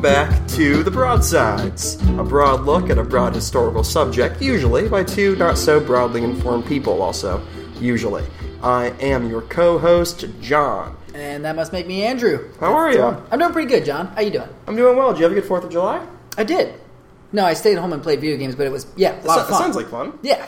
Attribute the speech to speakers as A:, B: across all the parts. A: back to The Broadsides, a broad look at a broad historical subject, usually by two not so broadly informed people, also, usually. I am your co host, John.
B: And that must make me Andrew.
A: How are you?
B: I'm doing pretty good, John. How you doing?
A: I'm doing well. Did you have a good 4th of July?
B: I did. No, I stayed home and played video games, but it was yeah, a lot
A: That
B: of fun.
A: sounds like fun.
B: yeah.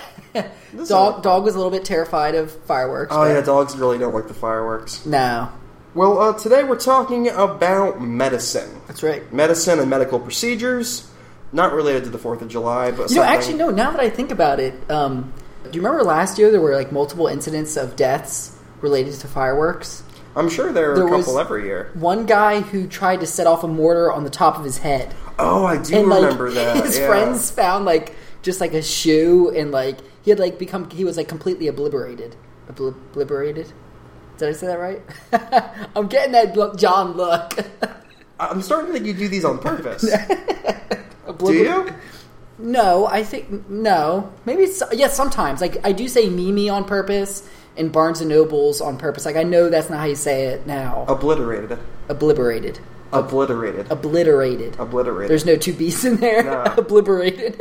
A: This
B: dog
A: is-
B: dog was a little bit terrified of fireworks.
A: Oh,
B: but
A: yeah, dogs really don't like the fireworks.
B: No,
A: Well, uh, today we're talking about medicine.
B: that's right.
A: Medicine and medical procedures, not related to the 4th of July, but
B: You know,
A: something-
B: actually, no. Now that I think about it, um, do you remember last year there were like multiple incidents of deaths related to fireworks?
A: I'm sure there are
B: There
A: a couple
B: was-
A: every year.
B: One guy who tried to set off a mortar on the top of his head,
A: Oh, I do
B: and like
A: remember that.
B: his
A: yeah.
B: friends found like just like a shoe, and like he had like become he was like completely obliterated. Obli- obliterated? Did I say that right? I'm getting that look, John look.
A: I'm starting to think you do these on purpose. do
B: Obliter-
A: you?
B: No, I think no. Maybe it's yeah. Sometimes, like I do say Mimi on purpose and Barnes and Nobles on purpose. Like I know that's not how you say it now.
A: Oh. Obliterated.
B: obliterated,
A: Obliterated.
B: obliterated.
A: Obliterated.
B: There's no two B's in there.
A: No.
B: obliterated.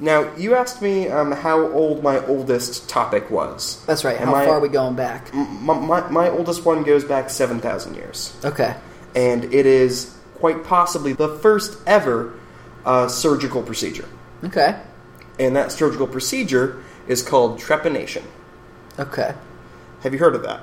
A: now, you asked me um, how old my oldest topic was.
B: that's right.
A: And
B: How
A: my-
B: far are we going back?
A: M- My, my, my oldest one goes back 7,000 years.
B: Okay.
A: And it is quite possibly the first ever uh, surgical procedure.
B: Okay.
A: And that surgical procedure is called trepanation.
B: Okay.
A: Have you heard of that?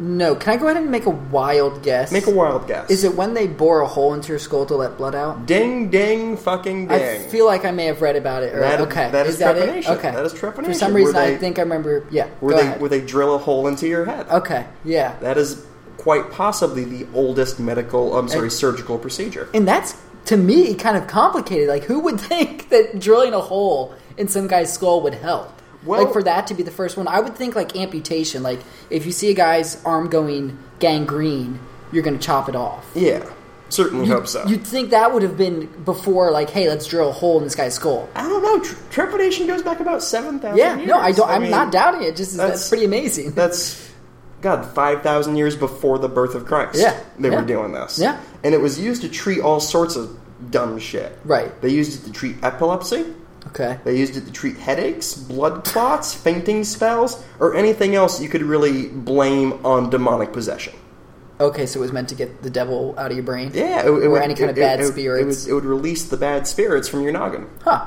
B: No. Can I go ahead and make a wild guess?
A: Make a wild guess.
B: Is it when they bore a hole into your skull to let blood out?
A: Ding, ding, fucking ding.
B: I feel like I may have read about it. Or,
A: That-
B: okay.
A: that is
B: that it?
A: trepanation.
B: Okay.
A: That is
B: For
A: trepanation.
B: some
A: Were
B: reason, I
A: they-
B: think I remember. Yeah.
A: where
B: go
A: they
B: ahead.
A: where they drill a hole into your head.
B: Okay, yeah.
A: That is quite possibly the oldest medical, I'm sorry, surgical procedure.
B: And that's, to me, kind of complicated. Like, who would think that drilling a hole in some guy's skull would help?
A: Well-
B: like, for that to be the first one, I would think, like, amputation. Like, if you see a guy's arm going gangrene, you're going to chop it off.
A: Yeah, certainly hope so.
B: You'd think that would have been before, like, hey, let's drill a hole in this guy's skull.
A: I don't know. Tr- trepidation goes back about seven thousand.
B: Yeah,
A: years.
B: no, I don't, I'm
A: mean,
B: not doubting it. Just that's,
A: that's-
B: pretty amazing.
A: That's God, five thousand years before the birth of Christ.
B: Yeah,
A: they
B: yeah.
A: were doing this.
B: Yeah.
A: and it was used to treat all sorts of dumb shit.
B: Right.
A: They used it to treat epilepsy.
B: okay.
A: They used it to treat headaches, blood clots, fainting spells, or anything else you could really blame on demonic possession.
B: Okay, so it was meant to get the devil out of your brain?
A: Yeah, it, it would,
B: any kind of
A: it-
B: bad
A: it- it would- It
B: spirits.
A: would, it would release the bad spirits from your noggin.
B: Huh.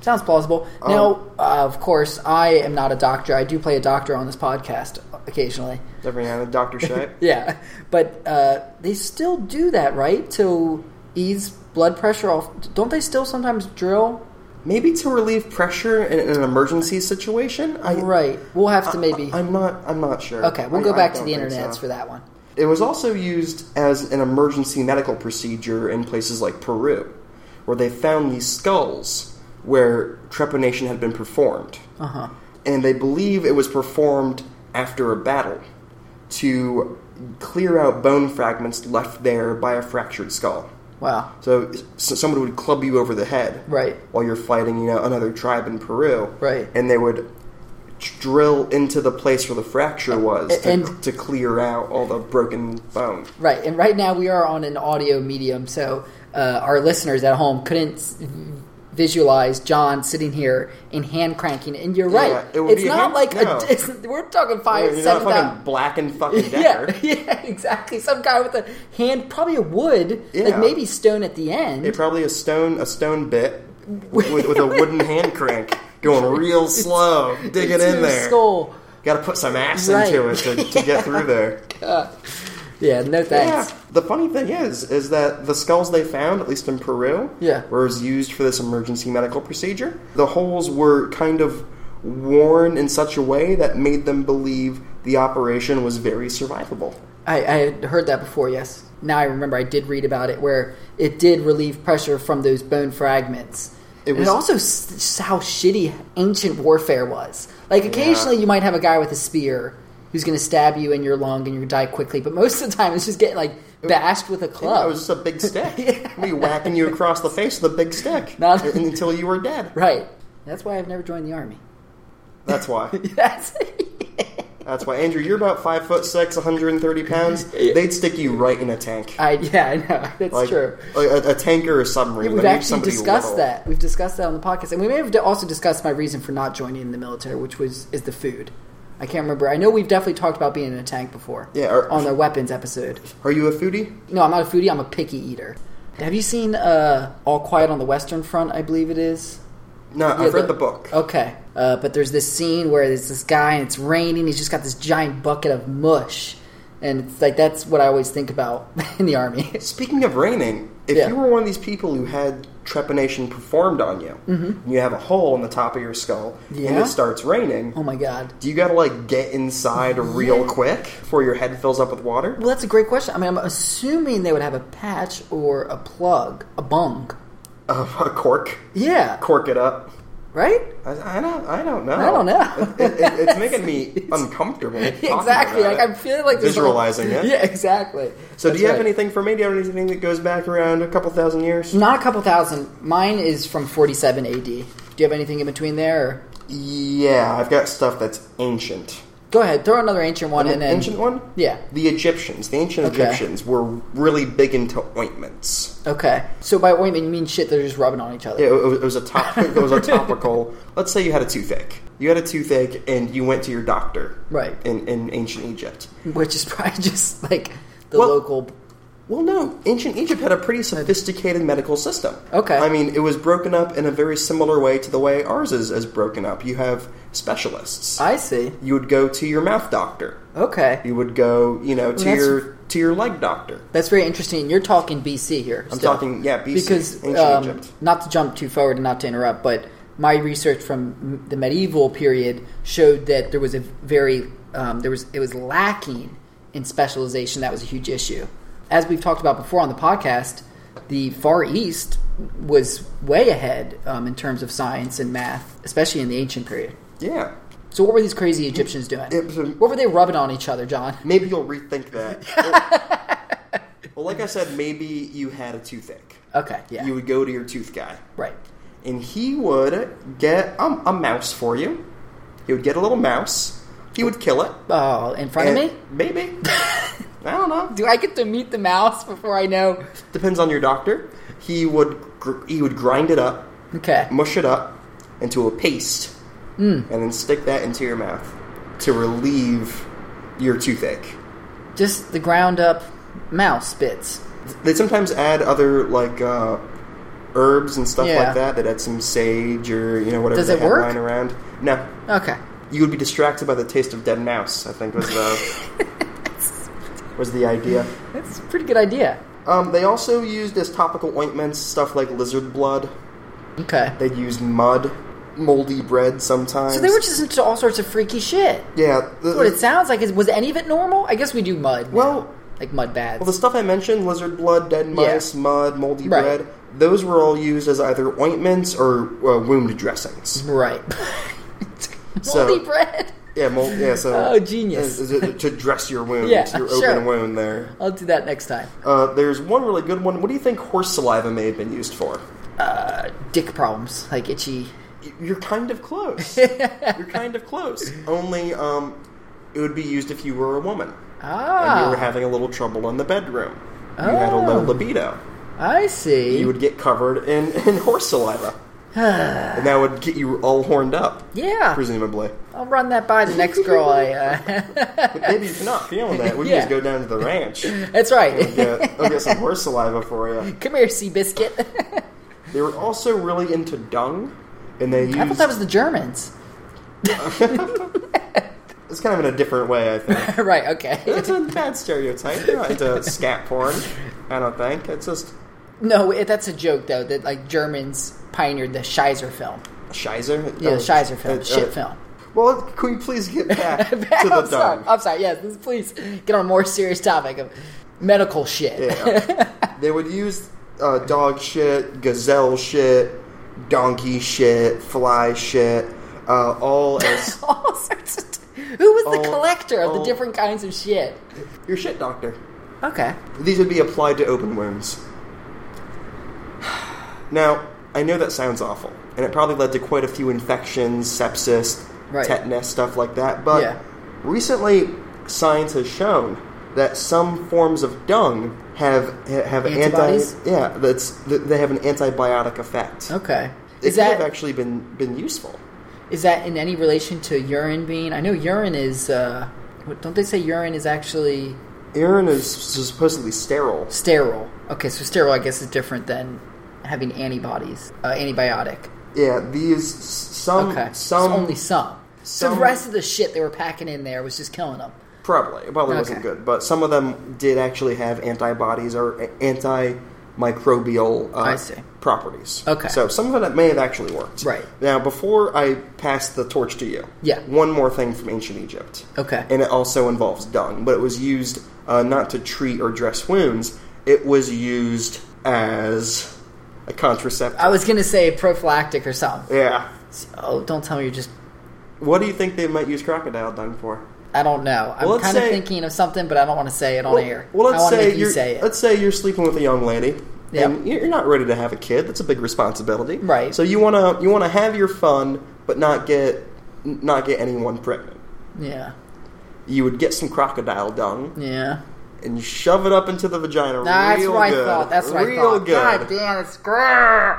B: Sounds plausible.
A: Um,
B: now, uh, of course, I am not a doctor. I do play a doctor on this podcast occasionally.
A: Every now and then, Doctor Shite.
B: Yeah, but uh, they still do that, right? To ease blood pressure off. Don't they still sometimes drill?
A: Maybe to relieve pressure in, in an emergency situation. I,
B: Right. We'll have to maybe.
A: I'm not. I'm not sure.
B: okay, we'll
A: I-
B: go
A: I
B: back to
A: don't
B: the
A: think
B: internets
A: so.
B: for that one.
A: It was also used as an emergency medical procedure in places like Peru, where they found these skulls where trepanation had been performed,
B: Uh huh.
A: and they believe it was performed after a battle to clear out bone fragments left there by a fractured skull.
B: Wow.
A: So, so somebody would club you over the head
B: Right.
A: while you're fighting, you know, another tribe in Peru.
B: Right.
A: And they would drill into the place where the fracture was to,
B: and-
A: to clear out all the broken bone.
B: Right, and right now we are on an audio medium, so uh, our listeners at home couldn't s- visualize John sitting here and hand cranking. And you're right;
A: Yeah, it would
B: it's
A: be a
B: not
A: hand-
B: like
A: no.
B: a, it's, we're talking five,
A: You're not
B: seven
A: fucking
B: thousand.
A: black and fucking
B: Yeah,
A: decker.
B: yeah, exactly. Some guy with a hand, probably a wood,
A: Yeah.
B: like maybe stone at the end.
A: It probably a stone a stone bit with, with a wooden hand crank going real slow, digging
B: Into
A: in
B: your
A: there.
B: Skull.
A: Got to put some ass
B: Right.
A: into it to, to get through there.
B: Yeah, no thanks.
A: Yeah. The funny thing is, is that the skulls they found, at least in Peru,
B: Yeah.
A: where it was used for this emergency medical procedure, the holes were kind of worn in such a way that made them believe the operation was very survivable.
B: I, I had heard that before. Yes, now I remember. I did read about it, where it did relieve pressure from those bone fragments.
A: It
B: It
A: was-
B: and it also s- s- how shitty ancient warfare was. Like occasionally, you might have a guy with a spear who's going to stab you in your lung, and you die quickly. But most of the time, it's just getting like bashed with a
A: Yeah,
B: club.
A: it was just a big stick. We whacking you across the face with a big stick
B: Not-
A: un- until you were dead.
B: right. That's why I've never joined the army.
A: That's why.
B: That's
A: That's why, Andrew, you're about five foot six, 130 pounds. They'd stick you right in a tank.
B: I yeah, I know that's
A: like,
B: true.
A: Like a, a tank or a submarine.
B: We've
A: but at least
B: actually
A: somebody
B: discussed
A: little.
B: that. We've discussed that on the podcast, and we may have also discussed my reason for not joining the military, which was is the food. I can't remember. I know we've definitely talked about being in a tank before.
A: Yeah, or-
B: on the weapons episode.
A: Are you a foodie?
B: No, I'm not a foodie. I'm a picky eater. Have you seen uh, All Quiet on the Western Front? I believe it is.
A: No,
B: Yeah,
A: I've read the book.
B: Okay, uh, but there's this scene where there's this guy and it's raining. He's just got this giant bucket of mush, and it's like that's what I always think about in the army.
A: Speaking of raining, if
B: Yeah.
A: you were one of these people who had trepanation performed on you, and you have a hole in the top of your skull, and
B: Mm-hmm. Yeah?
A: it starts raining,
B: oh my god.
A: do you gotta like get inside real quick before your head fills up with water?
B: Well, that's a great question. I mean, I'm assuming they would have a patch or a plug, a bung.
A: Uh, a cork,
B: Yeah,
A: cork it up.
B: right?
A: I, I don't. I don't know.
B: I don't know.
A: It, it, it's making me uncomfortable. talking
B: exactly.
A: about
B: Like I'm
A: it.
B: feeling like there's
A: Visualizing
B: like,
A: it.
B: Yeah, exactly.
A: So,
B: That's
A: do you have
B: right. Mm.
A: anything for me? Do you have anything that goes back around a couple thousand years?
B: Not a couple thousand. Mine is from 47 AD. Do you have anything in between there? Or?
A: Yeah, I've got stuff that's ancient.
B: Go ahead, throw another ancient one,
A: An
B: and then
A: ancient one?
B: Yeah.
A: The Egyptians, the ancient
B: Okay.
A: Egyptians were really big into ointments.
B: Okay. So by ointment, you mean shit they're just rubbing on each other.
A: It, it was- it was a top, it was a topical. Let's say you had a toothache. You had a toothache and you went to your doctor.
B: Right.
A: In, in ancient Egypt.
B: Which is probably just like the
A: Well-
B: local.
A: Well, no, ancient Egypt had a pretty sophisticated medical system.
B: Okay.
A: I mean, it was broken up in a very similar way to the way ours is, is broken up. You have specialists.
B: I see.
A: you would go to your mouth doctor.
B: Okay.
A: You would go, you know, to
B: that's-
A: your to your leg doctor.
B: That's very interesting. You're talking BC here.
A: I'm
B: still.
A: talking, yeah, BC,
B: because
A: ancient
B: um,
A: Egypt.
B: not to jump too forward and not to interrupt, but my research from m- the medieval period showed that there was a very um, there was it was lacking in specialization. That was a huge issue. As we've talked about before on the podcast, the Far East was way ahead um, in terms of science and math, especially in the ancient period.
A: Yeah.
B: So, what were these crazy Egyptians doing?
A: It was a-
B: what were they rubbing on each other, John?
A: Maybe you'll rethink that. well, like I said, maybe you had a toothache.
B: Okay, yeah,
A: You would go to your tooth guy,
B: right.
A: and he would get um, a mouse for you. He would get a little mouse. He would kill it.
B: Oh, in front of
A: and-
B: me?
A: Maybe. I don't know.
B: Do I get to meet the mouse before I know?
A: Depends on your doctor. He would gr- he would grind it up,
B: Okay.
A: mush it up into a paste, and then stick that into your mouth to relieve your toothache.
B: just the ground up mouse bits.
A: They sometimes add other like uh, herbs and stuff
B: Yeah.
A: like that. They'd add some sage or you know whatever
B: Does
A: they
B: it
A: had
B: work?
A: lying around. No,
B: Okay.
A: you would be distracted by the taste of dead mouse. I think was the was the idea.
B: That's a pretty good idea.
A: Um, they also used as topical ointments stuff like lizard blood.
B: Okay.
A: They'd use mud, moldy bread sometimes.
B: So they were just into all sorts of freaky shit.
A: yeah. the-
B: What it sounds like is was any of it normal? I guess we do mud. now.
A: Well-
B: like mud baths.
A: Well, the stuff I mentioned, lizard blood, dead mice, mud, moldy
B: Right.
A: bread, those were all used as either ointments or uh, wound dressings.
B: right.
A: So-
B: Moldy bread.
A: Yeah, mol- yeah. So
B: Oh, genius.
A: is- is it to dress your wound,
B: Yeah,
A: your
B: sure.
A: open wound. There,
B: I'll do that next time.
A: uh, there's one really good one. What do you think horse saliva may have been used for?
B: Uh, dick problems, like itchy.
A: Y- You're kind of close. You're kind of close. Only um, it would be used if you were a woman and you were
B: Ah,
A: having a little trouble in the bedroom. You had a low
B: Oh.
A: libido.
B: I see.
A: You would get covered in, in horse saliva, and that would get you all horned up,
B: yeah,
A: presumably.
B: I'll run that by the next girl. I. Uh,
A: But maybe if you're not feeling that, we can
B: Yeah.
A: just go down to the ranch.
B: that's right.
A: Yeah, I'll get some horse saliva for you.
B: Come here, sea biscuit.
A: They were also really into dung, and they used.
B: I thought that was the Germans.
A: it's kind of in a different way, I think.
B: right. Okay.
A: It's a bad stereotype. They're not into scat porn. I don't think it's just
B: No, it, that's a joke though. That like Germans pioneered the Scheiser film.
A: Scheiser.
B: Yeah,
A: Oh,
B: the Scheiser film,
A: uh,
B: shit
A: uh,
B: film.
A: Well, can we please get back to the
B: I'm sorry.
A: dung?
B: I'm sorry. Yes, this- please get on a more serious topic of medical shit.
A: Yeah. they would use uh, dog shit, gazelle shit, donkey shit, fly shit, uh, all as
B: all sorts of. T- Who was the
A: Oh,
B: collector of the
A: oh.
B: different kinds of shit?
A: your shit doctor.
B: Okay.
A: These would be applied to open wounds. Now, I know that sounds awful, and it probably led to quite a few infections, sepsis,
B: Right.
A: tetanus, stuff like that, but
B: Yeah.
A: Recently, science has shown that some forms of dung have have
B: Antibodies?
A: anti yeah that's that they have an antibiotic effect.
B: Okay.
A: It
B: Is
A: could have
B: that
A: actually been been useful.
B: is that in any relation to urine being? I know urine is. Uh, what- don't they say urine is actually
A: Urine is supposedly sterile.
B: sterile? Okay, so sterile, I guess, is different than having antibodies, uh, antibiotic.
A: Yeah, these s- some
B: Okay,
A: some
B: so only some. so
A: some-
B: the rest of the shit they were packing in there was just killing them.
A: Probably. It probably wasn't
B: Okay.
A: good, but some of them did actually have antibodies or a- antimicrobial uh,
B: I see.
A: properties.
B: Okay.
A: So some of it may have actually worked.
B: Right.
A: Now, before I pass the torch to you,
B: Yeah.
A: one more thing from ancient Egypt.
B: Okay.
A: And it also involves dung, but it was used uh, not to treat or dress wounds, it was used as a contraceptive.
B: I was gonna say prophylactic or something.
A: yeah.
B: Oh, don't tell me you're just.
A: What do you think they might use crocodile dung for?
B: I don't know. I'm
A: Well, let's
B: kind of
A: say-
B: thinking of something, but I don't want to say it on
A: well,
B: air.
A: well,
B: I
A: let's
B: want to
A: say
B: make you
A: you're,
B: say it.
A: let's say you're sleeping with a young lady,
B: Yeah.
A: and you're not ready to have a kid. That's a big responsibility,
B: Right.
A: So you wanna you wanna have your fun, but not get not get anyone pregnant.
B: Yeah.
A: You would get some crocodile dung
B: Yeah.
A: and shove it up into the vagina.
B: That's
A: real
B: what I
A: good.
B: thought. That's what
A: real
B: I thought. God
A: good.
B: damn, it's gross.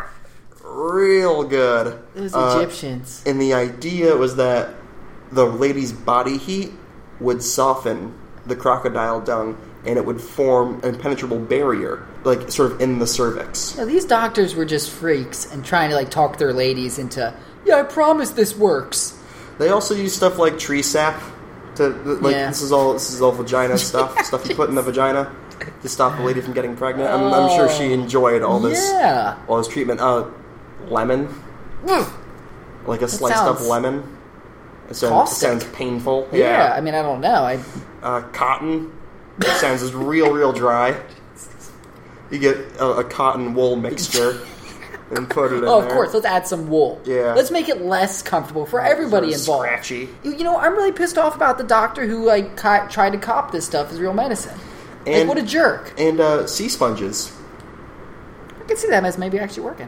A: Real good.
B: Those
A: Uh,
B: Egyptians.
A: And the idea was that the lady's body heat would soften the crocodile dung and it would form an impenetrable barrier, like sort of in the cervix.
B: Now, these doctors were just freaks and trying to like talk their ladies into, yeah, I promise this works.
A: They also use stuff like tree sap to like
B: Yeah.
A: this is all this is all vagina stuff, stuff you put in the vagina to stop a lady from getting pregnant. I'm, I'm sure she enjoyed all this
B: Oh. Yeah.
A: all this treatment. Uh, lemon, like a sliced up
B: sounds
A: lemon. It sounds, it
B: caustic.
A: sounds painful.
B: Yeah. I mean, I don't know. I
A: uh, cotton. It sounds is real, real dry. You get a, a cotton wool mixture and put it in
B: oh, of
A: there.
B: course. Let's add some wool.
A: Yeah.
B: Let's make it less comfortable for everybody
A: Sort of
B: involved.
A: Scratchy.
B: You, you know, I'm really pissed off about the doctor who like co- tried to cop this stuff as real medicine.
A: And-
B: like, what a jerk!
A: And uh, sea sponges.
B: I can see them as maybe actually working.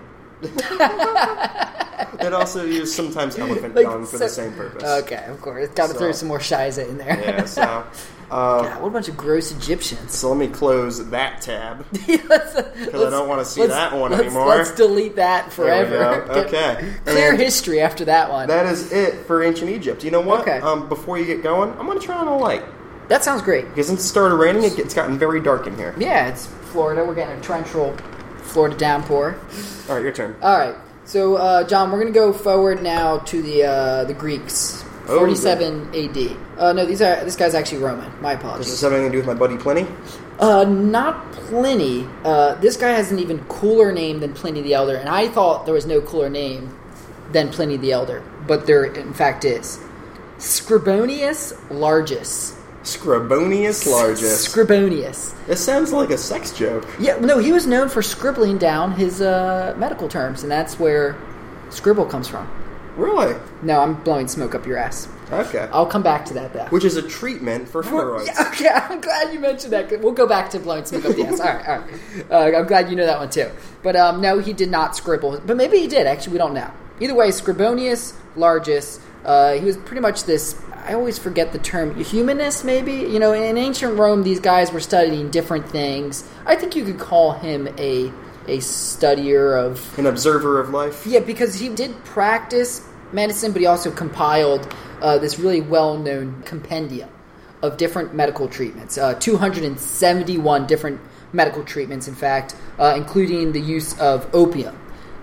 A: That also use sometimes elephant
B: Like,
A: dung for
B: so-
A: the same purpose.
B: Okay, of course. Got to
A: So-
B: throw some more shiza in there.
A: Yeah, so. Uh,
B: God, what a bunch of gross Egyptians.
A: so let me close that tab.
B: Because I
A: I don't wanna see that one anymore.
B: Let's delete that
A: There we
B: forever.
A: go.
B: Get-
A: Okay.
B: Clear
A: And
B: history after that one. That,
A: That is it for ancient Egypt. You know what?
B: Okay.
A: Um, before you get going, I'm going to turn on a light.
B: sounds great.
A: Because since it started raining, it, it's gotten very dark in here.
B: Yeah, it's Florida. We're getting a torrential Florida downpour.
A: All right, your turn.
B: All right. So, uh, John, we're going to go forward now to the uh, the Greeks,
A: Oh,
B: 47 A.D. Uh, no, these are this guy's actually Roman. My
A: Does this
B: apologies.
A: have anything to do with my buddy Pliny?
B: Uh, not Pliny. Uh, this guy has an even cooler name than Pliny the Elder, and I thought there was no cooler name than Pliny the Elder, but there in fact is. Scribonius Largus.
A: Scribonius largest.
B: Scribonius.
A: It sounds like a sex joke.
B: Yeah, no, he was known for scribbling down his uh, medical terms, and that's where scribble comes from.
A: Really?
B: No, I'm blowing smoke up your ass.
A: Okay.
B: I'll come back to that though.
A: Which is a treatment for hemorrhoids.
B: Yeah, okay, I'm glad you mentioned that. 'cause We'll go back to blowing smoke up the ass. All right, all right. Uh, I'm glad you know that one too. But um, no, he did not scribble. But maybe he did. Actually, we don't know. Either way, Scribonius Largus. Uh, he was pretty much this. I always forget the term humanist. Maybe you know, in ancient Rome, these guys were studying different things. I think you could call him a a studier of
A: An observer of life.
B: yeah, because he did practice medicine, but he also compiled uh, this really well known compendium of different medical treatments. Uh, 271 different medical treatments, in fact, uh, including the use of opium.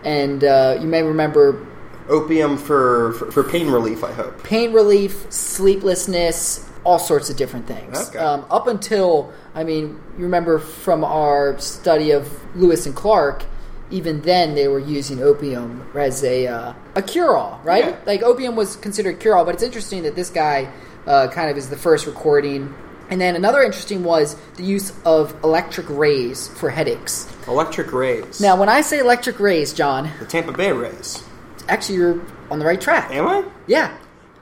B: And uh, you may remember
A: Opium for, for for pain relief, I hope.
B: pain relief, sleeplessness, all sorts of different things.
A: Okay.
B: Um, up until, I mean, you remember from our study of Lewis and Clark, even then they were using opium as a uh, a cure all, right?
A: Yeah.
B: Like opium was considered cure all, but it's interesting that this guy uh, kind of is the first recording. And then another interesting was the use of electric rays for headaches.
A: Electric rays.
B: Now, when I say electric rays, John,
A: the Tampa Bay Rays.
B: actually you're on the right track.
A: Am I?
B: Yeah.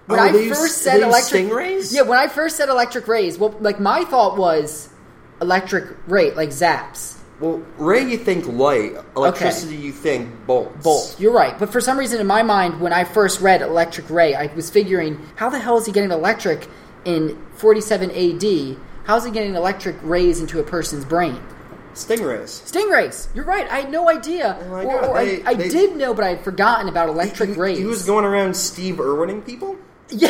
B: When
A: Oh,
B: I
A: they use-
B: first said
A: they use
B: electric
A: stingrays?
B: Yeah, when I first said electric rays, well like my thought was electric ray, like zaps.
A: Well, ray you think light. Electricity you think bolts.
B: Bolt. You're right. But for some reason in my mind when I first read electric ray, I was figuring how the hell is he getting electric in 47 AD, how's he getting electric rays into a person's brain?
A: Stingrays.
B: Stingrays. You're right. I had no idea.
A: Oh my
B: or,
A: God,
B: or
A: they-
B: I, I
A: they-
B: did know, but I had forgotten about electric
A: He-
B: rays.
A: He was going around Steve Irwinning people?
B: yeah.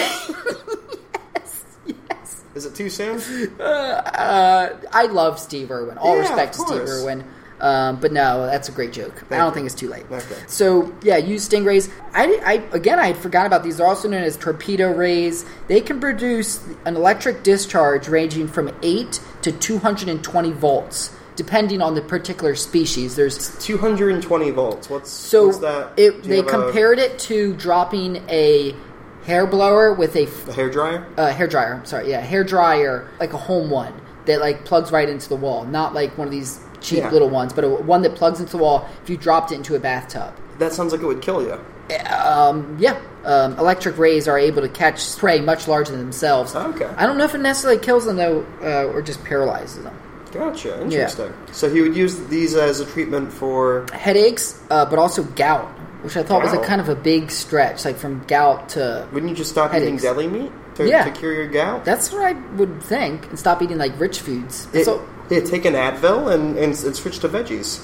B: yes. Yes.
A: Is it too soon?
B: Uh, I love Steve Irwin. All
A: Yeah,
B: respect to
A: of
B: Steve
A: course.
B: Irwin. Um, but no, that's a great joke. I
A: Thank
B: don't
A: you.
B: think it's too late.
A: Okay.
B: So yeah, use stingrays. I, I again, I had forgotten about these. They're also known as torpedo rays. They can produce an electric discharge ranging from eight to two hundred and twenty volts, depending on the particular species. There's
A: 220 volts. What's,
B: so
A: what's that?
B: It,
A: Do you
B: they
A: have a-
B: compared it to dropping a hair blower with a f-
A: a hair dryer?
B: uh, hair dryer. I'm sorry, yeah, hair dryer, like a home one that like plugs right into the wall, not like one of these cheap
A: Yeah.
B: little ones, but a, one that plugs into the wall. If you dropped it into a bathtub,
A: That sounds like it would kill you.
B: um, yeah, um, electric rays are able to catch prey much larger than themselves.
A: Okay.
B: I don't know if it necessarily kills them though, uh, or just paralyzes them.
A: Gotcha. Interesting. So he would use these as a treatment for.
B: Headaches, uh, but also gout, which I thought was
A: Gout?
B: a kind of a big stretch, like from gout to
A: Wouldn't you just stop
B: Headaches.
A: eating deli meat to,
B: Yeah.
A: to cure your gout?
B: That's what I would think, and stop eating like rich foods.
A: It-
B: so,
A: yeah, take an Advil and, and, and switch to veggies.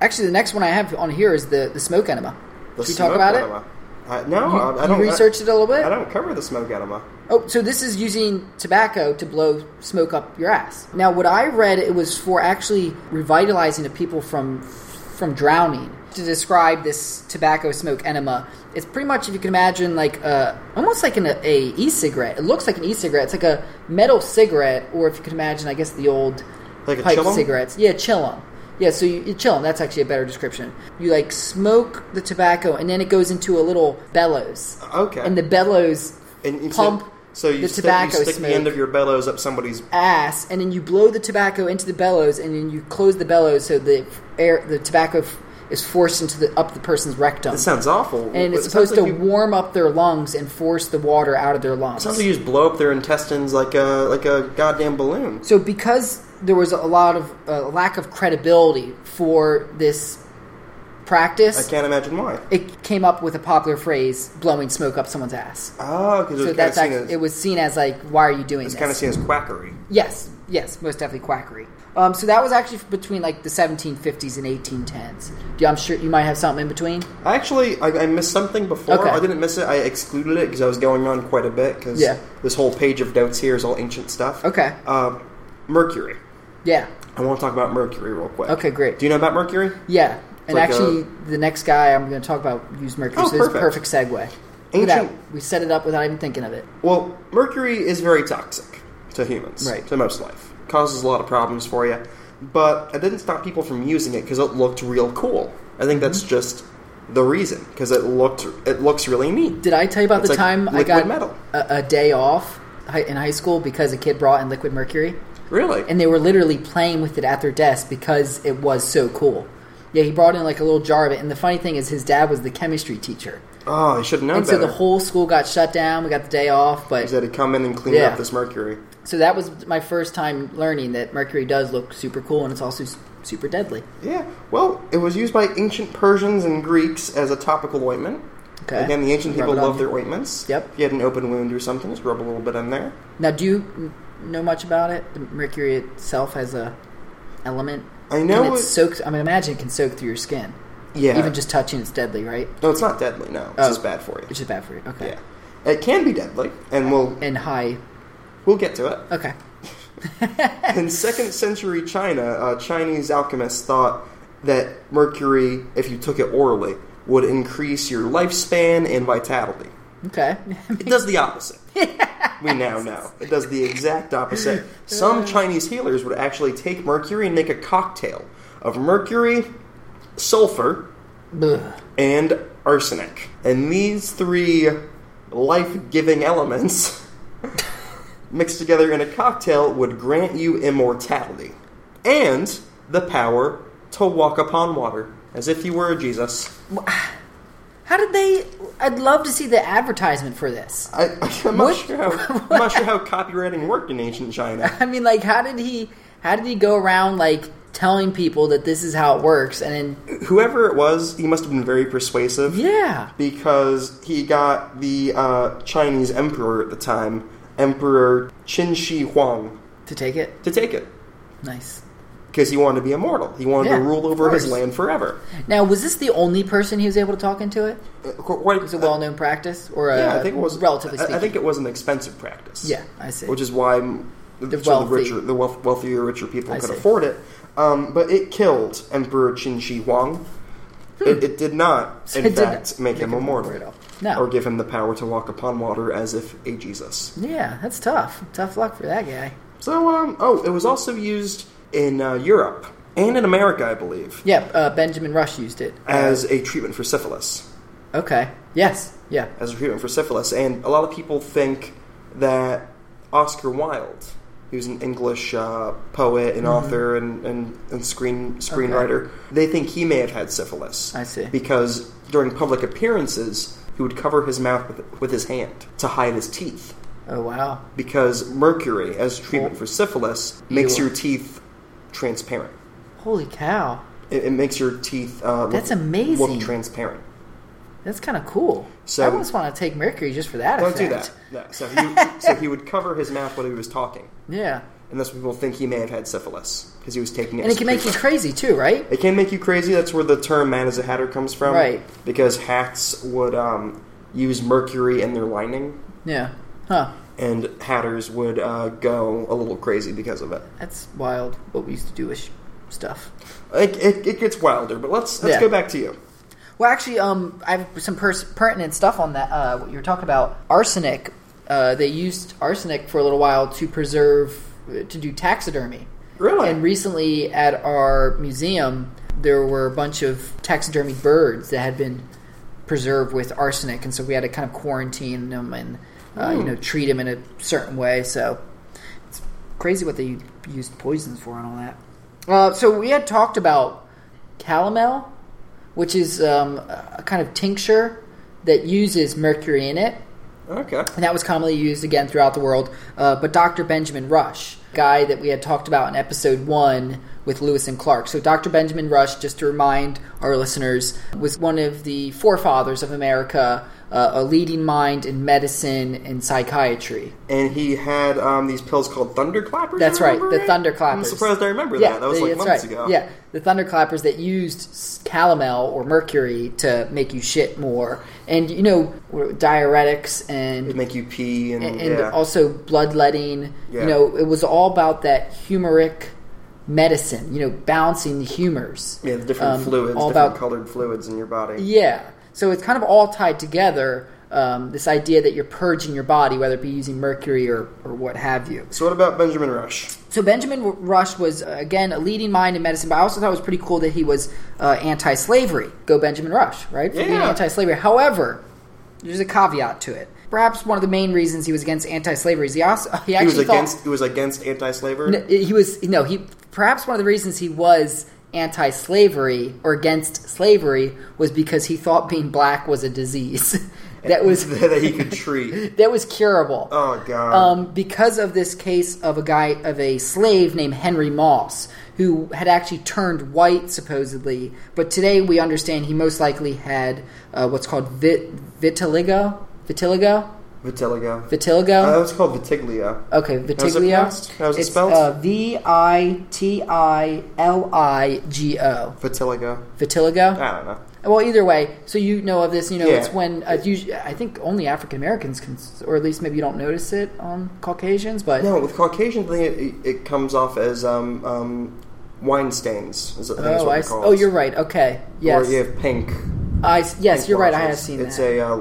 B: actually, the next one I have on here is the the smoke enema.
A: The
B: Should we talk
A: smoke
B: about
A: enema. Uh, no,
B: it? You,
A: I, I
B: you
A: don't.
B: researched it a little bit.
A: I don't cover the smoke enema.
B: Oh, so this is using tobacco to blow smoke up your ass. Now, what I read, it was for actually revitalizing the people from from drowning. To describe this tobacco smoke enema, it's pretty much if you can imagine like a, almost like an a e-cigarette. It looks like an e-cigarette. It's like a metal cigarette, or if you can imagine, I guess the old
A: Like a
B: pipe
A: chillum?
B: cigarettes. Yeah, chill 'em. Yeah, so you, you chill 'em. That's actually a better description. You like smoke the tobacco, and then it goes into a little bellows,
A: Okay.
B: and the bellows
A: And you
B: pump
A: So, so you
B: the
A: stick,
B: tobacco
A: you stick
B: smoke.
A: the end of your bellows up somebody's.
B: ass, and then you blow the tobacco into the bellows, and then you close the bellows so the air, the tobacco f- is forced into the up the person's rectum,
A: That sounds awful.
B: and it's
A: It sounds
B: supposed to
A: like you-
B: warm up their lungs and force the water out of their lungs.
A: Sounds like you just blow up their intestines like a like a goddamn balloon.
B: So because there was a lot of uh, lack of credibility for this
A: I
B: practice,
A: can't imagine why.
B: it came up with a popular phrase: "blowing smoke up someone's ass."
A: Oh, because
B: So
A: it was
B: that's
A: kind
B: act
A: of seen
B: it
A: as,
B: was seen as like, why are you doing
A: it's
B: this?
A: kind of seen as quackery.
B: Yes, yes, most definitely quackery. Um, so that was actually between like the 1750s and 1810s. Do you, I'm sure you might have something in between.
A: I actually I, I missed something before.
B: Okay.
A: I didn't miss it. I excluded it because I was going on quite a bit because
B: Yeah.
A: this whole page of notes here is all ancient stuff.
B: Okay.
A: Um, Mercury.
B: Yeah,
A: I want to talk about Mercury real quick.
B: Okay, great.
A: Do you know about Mercury?
B: yeah. And
A: like
B: actually, the next guy I'm going to talk about used mercury.
A: Oh,
B: so this is a perfect
A: perfect.
B: segue. Look at
A: Ancient-
B: that. We set it up without even thinking of it.
A: Well, mercury is very toxic to humans,
B: Right.
A: To most life, causes a lot of problems for you. But it didn't stop people from using it because it looked real cool. I think that's
B: Mm-hmm.
A: just the reason because it looked it looks really neat.
B: Did I tell you about
A: It's
B: the
A: like
B: time I
A: liquid
B: got
A: metal.
B: A, a day off hi- in high school because a kid brought in liquid mercury?
A: Really?
B: and they were literally playing with it at their desk because it was so cool. Yeah, he brought in like a little jar of it, and the funny thing is, his dad was the chemistry teacher,
A: oh, I should know
B: and
A: better.
B: so the whole school got shut down. We got the day off,
A: Is
B: but
A: that he come in and clean
B: Yeah.
A: up this mercury?
B: so that was my first time learning that mercury does look super cool, and it's also s- super deadly.
A: Yeah. Well, it was used by ancient Persians and Greeks as a topical ointment.
B: Okay.
A: Again, the ancient
B: Rub
A: people
B: it on
A: loved
B: you.
A: their ointments.
B: Yep.
A: If you had an open wound or something, just rub a little bit in there.
B: Now, do you n- know much about it? The mercury itself as a element.
A: I know
B: and it
A: it-
B: soaks. I mean, imagine it can soak through your skin.
A: Yeah.
B: Even just touching it's deadly, right?
A: No, it's not deadly. No, it's
B: Oh.
A: just bad for you.
B: Which is bad for you. Okay.
A: Yeah, it can be deadly, and we'll
B: And high.
A: we'll get to it.
B: Okay.
A: In second century China, uh, Chinese alchemists thought that mercury, if you took it orally, would increase your lifespan and vitality.
B: Okay.
A: It does the opposite. We now know it does the exact opposite. Some Chinese healers would actually take mercury and make a cocktail of mercury, sulfur,
B: Ugh.
A: and arsenic. And these three life giving elements mixed together in a cocktail would grant you immortality and the power to walk upon water as if you were a Jesus.
B: How did they? I'd love to see the advertisement for this.
A: I, I'm, not
B: What?
A: sure how, I'm not sure how copywriting worked in ancient China.
B: I mean, like, how did he? How did he go around like telling people that this is how it works? And then,
A: Whoever it was, he must have been very persuasive.
B: yeah,
A: because he got the uh, Chinese emperor at the time Emperor Qin Shi Huang
B: to take it.
A: to take it
B: Nice.
A: because he wanted to be immortal. He wanted
B: Yeah,
A: to rule
B: of
A: over his
B: course.
A: land forever.
B: Now, was this the only person he was able to talk into it?
A: Uh, qu- quite-
B: Is it
A: uh,
B: well-known practice, or uh,
A: yeah, I think it was
B: relatively
A: I-
B: speaking?
A: I think it was an expensive practice.
B: yeah, I see.
A: which is why m-
B: The
A: so the
B: wealthy.
A: richer, the wealth, wealthier, richer people
B: I
A: could
B: see.
A: afford it. Um, but it killed Emperor Qin Shi Huang. It, it did not, in
B: Hmm. It did
A: fact,
B: not
A: make, him immortal,
B: at all. No.
A: or give him the power to walk upon water as if a Jesus.
B: yeah, that's tough. Tough luck for that guy.
A: So, um, oh, it was also used in uh, Europe and in America, I believe,
B: Yeah, uh, Benjamin Rush used it.
A: as a treatment for syphilis.
B: okay. Yes. Yeah.
A: As a treatment for syphilis, and a lot of people think that Oscar Wilde, who's an English uh, poet and
B: Mm-hmm.
A: author and, and, and screen screenwriter, they think he may have had syphilis.
B: I see.
A: Because during public appearances, he would cover his mouth with, with his hand to hide his teeth.
B: Oh wow.
A: Because mercury, as treatment for syphilis, makes
B: Ew.
A: your teeth transparent.
B: Holy cow.
A: It, it makes your teeth uh, look,
B: That's amazing.
A: look transparent.
B: That's kind of cool.
A: So-
B: I almost want to take mercury just for that.
A: Don't
B: effect.
A: do that. No. So, he, so he would cover his mouth while he was talking.
B: Yeah,
A: and that's when people think he may have had syphilis because he was taking it.
B: and
A: as
B: it can make you
A: treatment.
B: crazy too, right?
A: It can make you crazy. That's where the term "man as a hatter" comes from,
B: Right.
A: Because hats would um, use mercury in their lining,
B: Yeah. Huh.
A: and hatters would uh, go a little crazy because of it.
B: That's wild. What we used to do with sh- stuff.
A: It, it, it gets wilder, but let's let's
B: Yeah.
A: go back to you.
B: Well, actually, um, I have some pers- pertinent stuff on that. Uh, what you were talking about arsenic. Uh, they used arsenic for a little while to preserve uh, to do taxidermy.
A: Really?
B: And recently, at our museum, there were a bunch of taxidermy birds that had been preserved with arsenic, and so we had to kind of quarantine them and uh, you know treat them in a certain way. So it's crazy what they used poisons for and all that. Uh, so we had talked about calomel, which is um, a kind of tincture that uses mercury in it
A: Okay.
B: and that was commonly used again throughout the world. Uh, but Dr. Benjamin Rush, guy that we had talked about in episode one with Lewis and Clark. So Dr. Benjamin Rush, just to remind our listeners, was one of the forefathers of America, uh, a leading mind in medicine and psychiatry.
A: And he had um, these pills called thunderclappers.
B: That's
A: I
B: right,
A: remember
B: the thunderclappers.
A: I'm surprised I remember that. That was
B: the-
A: like
B: that's
A: months
B: right.
A: ago.
B: Yeah, the thunderclappers that used s- calomel or mercury to make you shit more, and you know diuretics and
A: To make you pee and,
B: and, and
A: yeah.
B: also bloodletting.
A: Yeah.
B: You know, it was all about that humoric medicine. You know, balancing the humors.
A: yeah, the different
B: um,
A: fluids,
B: all
A: different
B: about-
A: colored fluids in your body.
B: Yeah, so it's kind of all tied together. Um, this idea that you're purging your body, whether it be using mercury or, or what have you.
A: So what about Benjamin Rush?
B: So Benjamin Rush was uh, again a leading mind in medicine, but I also thought it was pretty cool that he was uh, anti-slavery. Go Benjamin Rush, right? For being
A: Yeah.
B: anti-slavery. However, there's a caveat to it. Perhaps one of the main reasons he was against anti-slavery is he also he
A: He
B: actually
A: was
B: thought
A: against. He was against anti-slavery.
B: no, he was no he perhaps one of the reasons he was anti-slavery or against slavery was because he thought being black was a disease that was
A: that he could treat.
B: that was curable
A: Oh god.
B: um, because of this case of a guy of a slave named Henry Moss who had actually turned white supposedly, but today we understand he most likely had uh, what's called vit- vitiligo, vitiligo, um,
A: Vitiligo. Uh, that
B: vitiligo.
A: was called Vitiglio.
B: okay,
A: was it pronounced?
B: vitiligo.
A: How is it
B: it's
A: spelled?
B: uh, V I T I L I G O.
A: Vitiligo.
B: Vitiligo.
A: I don't know.
B: Well, either way, so you know of this. You know,
A: Uh, Yeah.
B: it's when uh, usually, I think only African Americans can, or at least maybe you don't notice it on Caucasians, but
A: No, with Caucasian thing, it, it comes off as um, um, wine stains. Is I think is
B: Oh,
A: what
B: I
A: it
B: see.
A: calls.
B: oh, you're right. Okay. Yes.
A: Or you have pink.
B: I s yes,
A: pink
B: you're right. I have
A: blotches.
B: seen
A: It's
B: that.
A: a uh,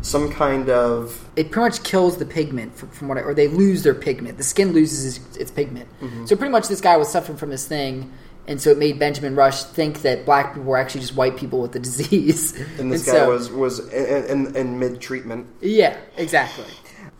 A: some kind of
B: it pretty much kills the pigment from, from what, I, or they lose their pigment. The skin loses its, its pigment.
A: Mm-hmm.
B: So pretty much, this guy was suffering from this thing, and so it made Benjamin Rush think that black people were actually just white people with the disease.
A: and this guy
B: so-
A: was was in, in, in mid treatment.
B: Yeah, exactly.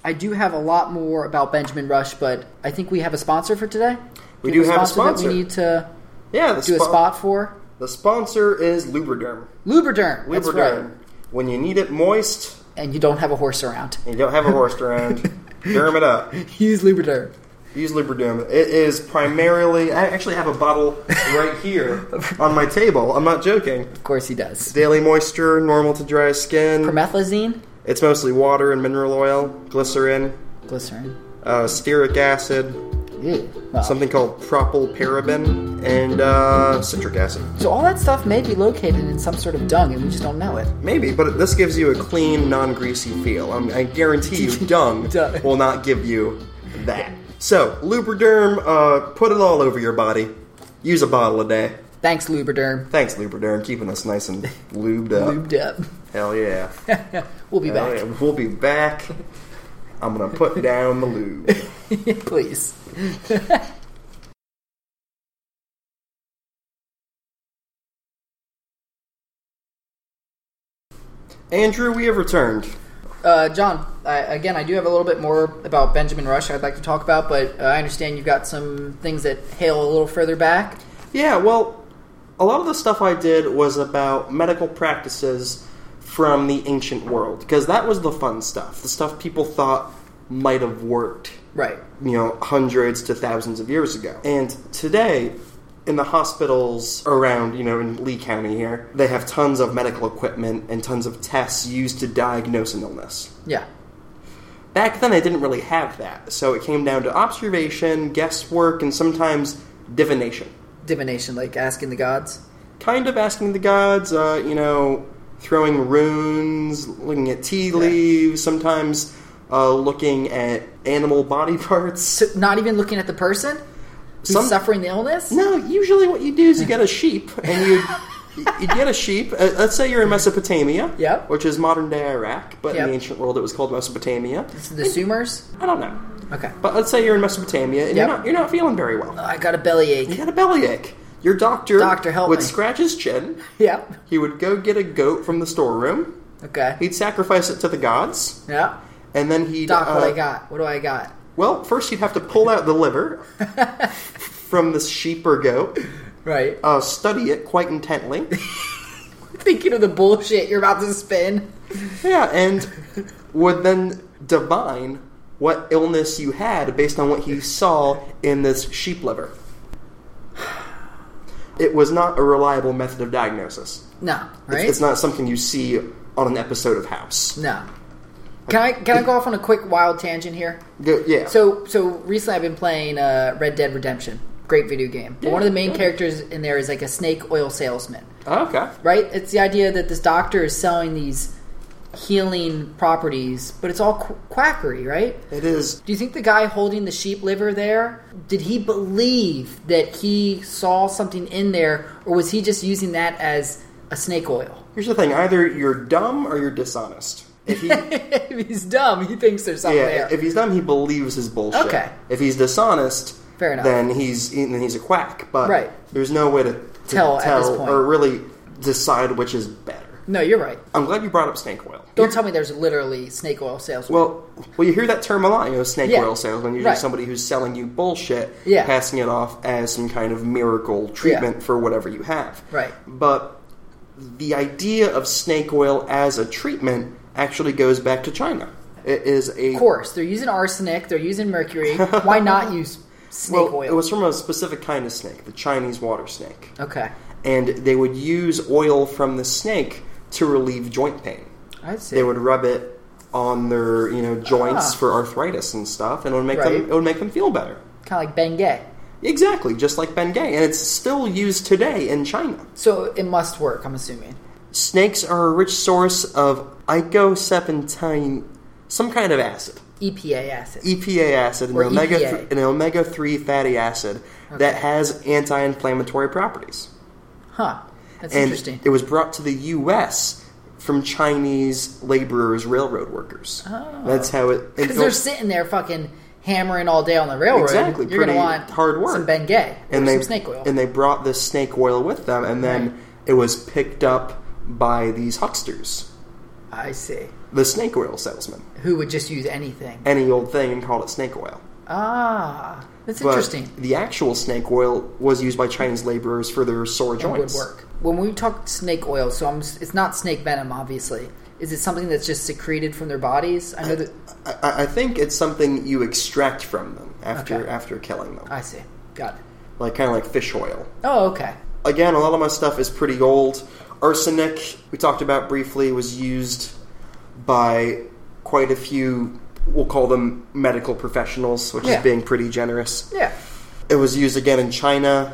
B: I do have a lot more about Benjamin Rush, but I think we have a sponsor for today.
A: We
B: you
A: do have a
B: that
A: sponsor.
B: we need to
A: Yeah, the
B: do a
A: spon-
B: spot for.
A: The sponsor is Lubriderm.
B: Lubriderm. That's
A: Lubriderm.
B: right.
A: When you need it moist
B: And you don't have a horse around.
A: and you don't have a horse around, derm it up.
B: Use Lubriderm.
A: Use Lubriderm. It is primarily. I actually have a bottle right here on my table. I'm not joking.
B: Of course he does.
A: Daily moisture, normal to dry skin.
B: Promethazine?
A: It's mostly water and mineral oil, glycerin,
B: Glycerin.
A: uh, stearic acid,
B: Ew. Wow.
A: something called propylparaben, and uh, citric acid.
B: So all that stuff may be located in some sort of dung, and we just don't know it.
A: Maybe, but this gives you a clean, non-greasy feel. I'm, I guarantee you, dung
B: Dung.
A: will not give you that. So, Lubriderm, uh, put it all over your body. Use a bottle a day.
B: Thanks, Lubriderm.
A: Thanks, Lubriderm, keeping us nice and lubed up.
B: Lubed up.
A: Hell yeah.
B: We'll be
A: Hell
B: back,
A: yeah. We'll be back. I'm gonna put down the lube.
B: please.
A: Andrew, we have returned.
B: Uh, John, I, again, I do have a little bit more about Benjamin Rush I'd like to talk about, but uh, I understand you've got some things that hail a little further back.
A: Yeah, well, a lot of the stuff I did was about medical practices from the ancient world because that was the fun stuff, the stuff people thought might have worked,
B: Right.
A: you know, hundreds to thousands of years ago. And today, in the hospitals around, you know, in Lee County here, they have tons of medical equipment and tons of tests used to diagnose an illness.
B: Yeah.
A: Back then, I didn't really have that, so it came down to observation, guesswork, and sometimes divination.
B: Divination, like asking the gods.
A: kind of asking the gods, uh, you know, throwing runes, looking at tea leaves, sometimes uh, looking at animal body parts.
B: So not even looking at the person who's
A: Some-
B: suffering the illness.
A: No, usually what you do is you get a sheep, and you you get a sheep. Uh, let's say you're in Mesopotamia,
B: Yep.
A: which is modern day Iraq, but in
B: Yep.
A: the ancient world it was called Mesopotamia.
B: It's the Sumers.
A: I don't know,
B: Okay.
A: but let's say you're in Mesopotamia and
B: Yep.
A: you're not you're not feeling very well.
B: I got a bellyache.
A: You got a bellyache. Your doctor,
B: Doctor, help
A: would
B: me.
A: scratch his chin.
B: Yep.
A: He would go get a goat from the storeroom.
B: Okay.
A: He'd sacrifice it to the gods,
B: Yeah.
A: and then he'd.
B: Doc, what
A: uh,
B: I got? What do I got?
A: Well, first he'd have to pull out the liver from this sheep or goat,
B: Right.
A: uh, study it quite intently.
B: Thinking of the bullshit you're about to spin.
A: Yeah, and would then divine what illness you had based on what he saw in this sheep liver. It was not a reliable method of diagnosis.
B: No.
A: It's-
B: Right.
A: It's, not something you see on an episode of House.
B: no. Can I can I go off on a quick wild tangent here?
A: Go, yeah.
B: So so recently I've been playing uh, Red Dead Redemption. Great video game. But one of the main
A: yeah.
B: characters in there is like a snake oil salesman.
A: okay.
B: right? It's the idea that this doctor is selling these healing properties, but it's all qu- quackery, right?
A: It is
B: Do you think the guy holding the sheep liver there did he believe that he saw something in there, or was he just using that as a snake oil?
A: Here's the thing: either you're dumb or you're dishonest. If he, yeah,
B: if he's dumb, he thinks there's something there.
A: if he's dumb, he believes his bullshit.
B: Okay.
A: If he's dishonest,
B: Fair enough.
A: Then he's then he's a quack. But
B: Right.
A: there's no way to, to
B: Tell at this point.
A: or really decide which is better.
B: no, you're right.
A: I'm glad you brought up snake oil.
B: Don't tell me there's literally snake oil salesman.
A: Well, well, you hear that term a lot. You know, snake
B: Yeah.
A: oil salesman. Usually,
B: Right.
A: somebody who's selling you bullshit,
B: Yeah.
A: passing it off as some kind of miracle treatment for whatever you have.
B: Right.
A: But the idea of snake oil as a treatment actually goes back to China. It is a
B: of course, they're using arsenic, they're using mercury. Why not use snake
A: well,
B: oil?
A: it was from a specific kind of snake, the Chinese water snake,
B: okay,
A: and they would use oil from the snake to relieve joint pain.
B: I see.
A: They would rub it on their you know joints
B: Ah.
A: for arthritis and stuff, and it would make
B: Right.
A: them it would make them feel better.
B: kind of like Bengay.
A: Exactly, just like Bengay, and it's still used today in China.
B: So it must work, I'm assuming.
A: Snakes are a rich source of icosapentine, some kind of acid,
B: EPA acid.
A: EPA acid, an
B: Or
A: omega
B: EPA.
A: an omega three fatty acid that
B: Okay.
A: has anti-inflammatory properties.
B: huh. That's
A: and
B: interesting.
A: it was brought to the U.S. from Chinese laborers, railroad workers.
B: Oh.
A: That's how it.
B: Because they're sitting there fucking hammering all day on the railroad.
A: Exactly,
B: You're going
A: pretty
B: to want
A: hard work.
B: some Bengay or
A: and
B: some
A: they
B: snake oil.
A: and they brought this snake oil with them, and then
B: Right.
A: it was picked up by these hucksters,
B: I see.
A: the snake oil salesman,
B: Who would just use anything?
A: any old thing, and called it snake oil.
B: Ah. That's
A: But
B: interesting.
A: The actual snake oil was used by Chinese laborers for their sore
B: It would
A: joints.
B: work. When we talk snake oil, so I'm, it's not snake venom, obviously. Is it something that's just secreted from their bodies? I know that.
A: I- I, I think it's something you extract from them after
B: Okay.
A: after killing them,
B: I see. Got it.
A: like kind of like fish oil.
B: Oh, okay.
A: Again, a lot of my stuff is pretty old. Arsenic, we talked about briefly, was used by quite a few we'll call them medical professionals, which
B: Yeah.
A: is being pretty generous.
B: Yeah.
A: It was used again in China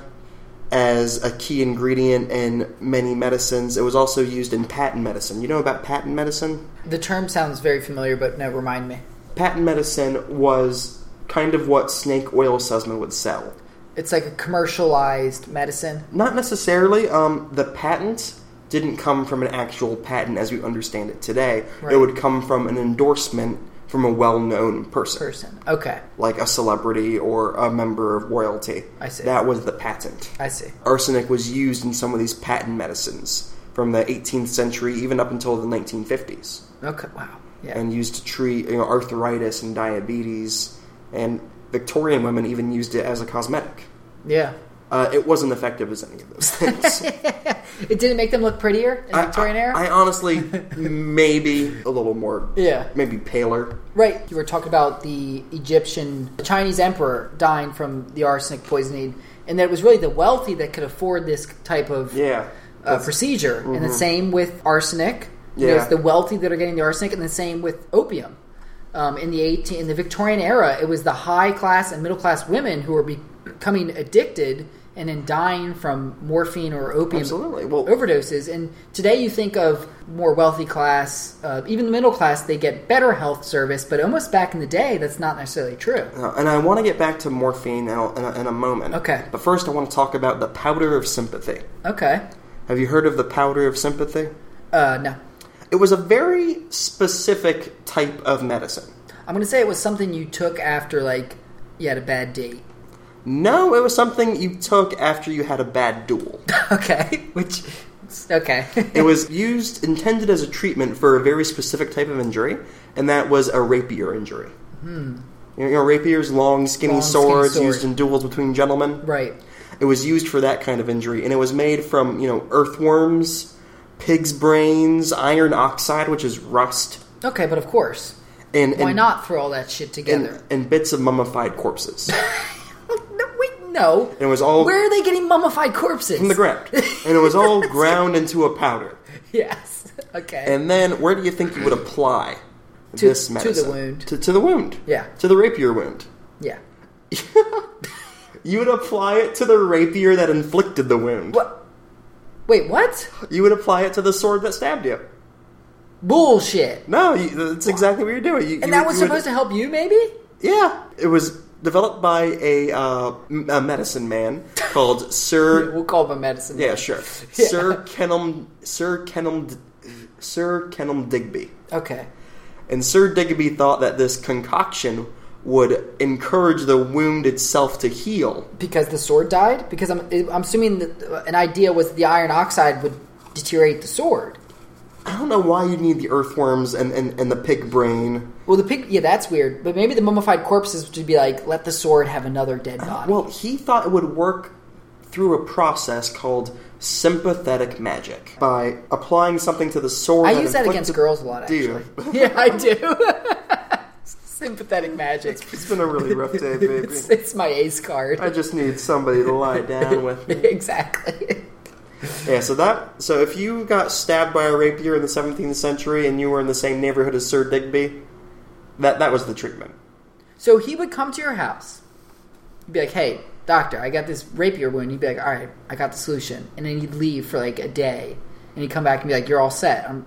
A: as a key ingredient in many medicines. It was also used in patent medicine. You know about patent medicine?
B: The term sounds very familiar, but no, remind me.
A: Patent medicine was kind of what snake oil salesmen would sell.
B: It's like a commercialized medicine.
A: Not necessarily. Um, the patent didn't come from an actual patent as we understand it today.
B: Right.
A: It would come from an endorsement from a well known person,
B: person. Okay,
A: like a celebrity or a member of royalty.
B: I see.
A: That was the patent.
B: I see.
A: Arsenic was used in some of these patent medicines from the 18th century, even up until the 1950s,
B: Okay, wow. Yeah.
A: and used to treat you know, arthritis and diabetes. And Victorian women even used it as a cosmetic.
B: yeah.
A: Uh, it wasn't effective as any of those things.
B: It didn't make them look prettier in
A: I-
B: Victorian
A: I,
B: era?
A: I honestly maybe a little more,
B: yeah.
A: maybe paler.
B: Right. You were talking about the Egyptian, the Chinese emperor dying from the arsenic poisoning, and that it was really the wealthy that could afford this type of
A: Yeah, Mm-hmm.
B: uh, procedure. And the same with arsenic.
A: Yeah.
B: There's the wealthy that are getting the arsenic, and the same with opium. Um, in the 18, in the Victorian era, it was the high class and middle class women who were be- becoming addicted and then dying from morphine or opium
A: Absolutely. Well-
B: overdoses. And today, you think of more wealthy class, uh, even the middle class, they get better health service. But almost back in the day, that's not necessarily true.
A: Uh, and I want to get back to morphine in a, in a, in a moment.
B: Okay.
A: but first I want to talk about the powder of sympathy.
B: Okay,
A: Have you heard of the powder of sympathy?
B: uh, no,
A: It was a very specific type of medicine.
B: I'm going to say it was something you took after like you had a bad date.
A: No, it was something you took after you had a bad duel.
B: Okay, which okay,
A: it was used, intended as a treatment for a very specific type of injury, and that was a rapier injury. You know, rapiers, long, skinny
B: Hmm. Long, skinny
A: swords
B: sword.
A: used in duels between gentlemen.
B: right?
A: It was used for that kind of injury, and it was made from you know earthworms, pigs' brains, iron oxide, which is rust,
B: Okay, but of course,
A: and
B: why
A: and,
B: not throw all that shit
A: and,
B: together?
A: and bits of mummified corpses. and
B: Like, no, wait, no.
A: it was all
B: Where are they getting mummified corpses?
A: from the ground, and it was all ground into a powder.
B: Yes. Okay.
A: And then, where do you think you would apply
B: To-
A: this
B: to the
A: medicine?
B: wound.
A: To, to the wound.
B: Yeah.
A: To the rapier wound.
B: yeah.
A: You would apply it to the rapier that inflicted the wound.
B: What? Wait, what?
A: You would apply it to the sword that stabbed you.
B: Bullshit.
A: No, you, that's exactly what you're doing. You,
B: And that was supposed to help you, maybe?
A: Yeah, it was developed by a, uh, m- a medicine man called Sir.
B: We'll call him a medicine.
A: Yeah,
B: man.
A: sure.
B: Yeah.
A: Sir Kenelm. Sir Kenelm. Sir Kenelm Digby.
B: Okay.
A: And Sir Digby thought that this concoction would encourage the wound itself to heal.
B: Because the sword died. Because I'm, I'm assuming that uh, an idea was the iron oxide would deteriorate the sword.
A: I don't know why you need the earthworms and, and, and the pig brain.
B: Well, the pig. Yeah, that's weird. But maybe the mummified corpses would be like, let the sword have another dead body.
A: Well, he thought it would work through a process called sympathetic magic by applying something to the sword.
B: I use that
A: inflicted-
B: against girls a lot,
A: Do
B: actually.
A: you?
B: Yeah, I do. Sympathetic magic.
A: It's been a really rough day, baby.
B: It's, it's my ace card.
A: I just need somebody to lie down with me.
B: exactly.
A: Yeah, so that so if you got stabbed by a rapier in the 17th century and you were in the same neighborhood as Sir Digby, that that was the treatment.
B: So he would come to your house. He'd be like, hey, doctor, I got this rapier wound. He'd be like, all right, I got the solution. And then he'd leave for like a day. And he'd come back and be like, you're all set. I'm,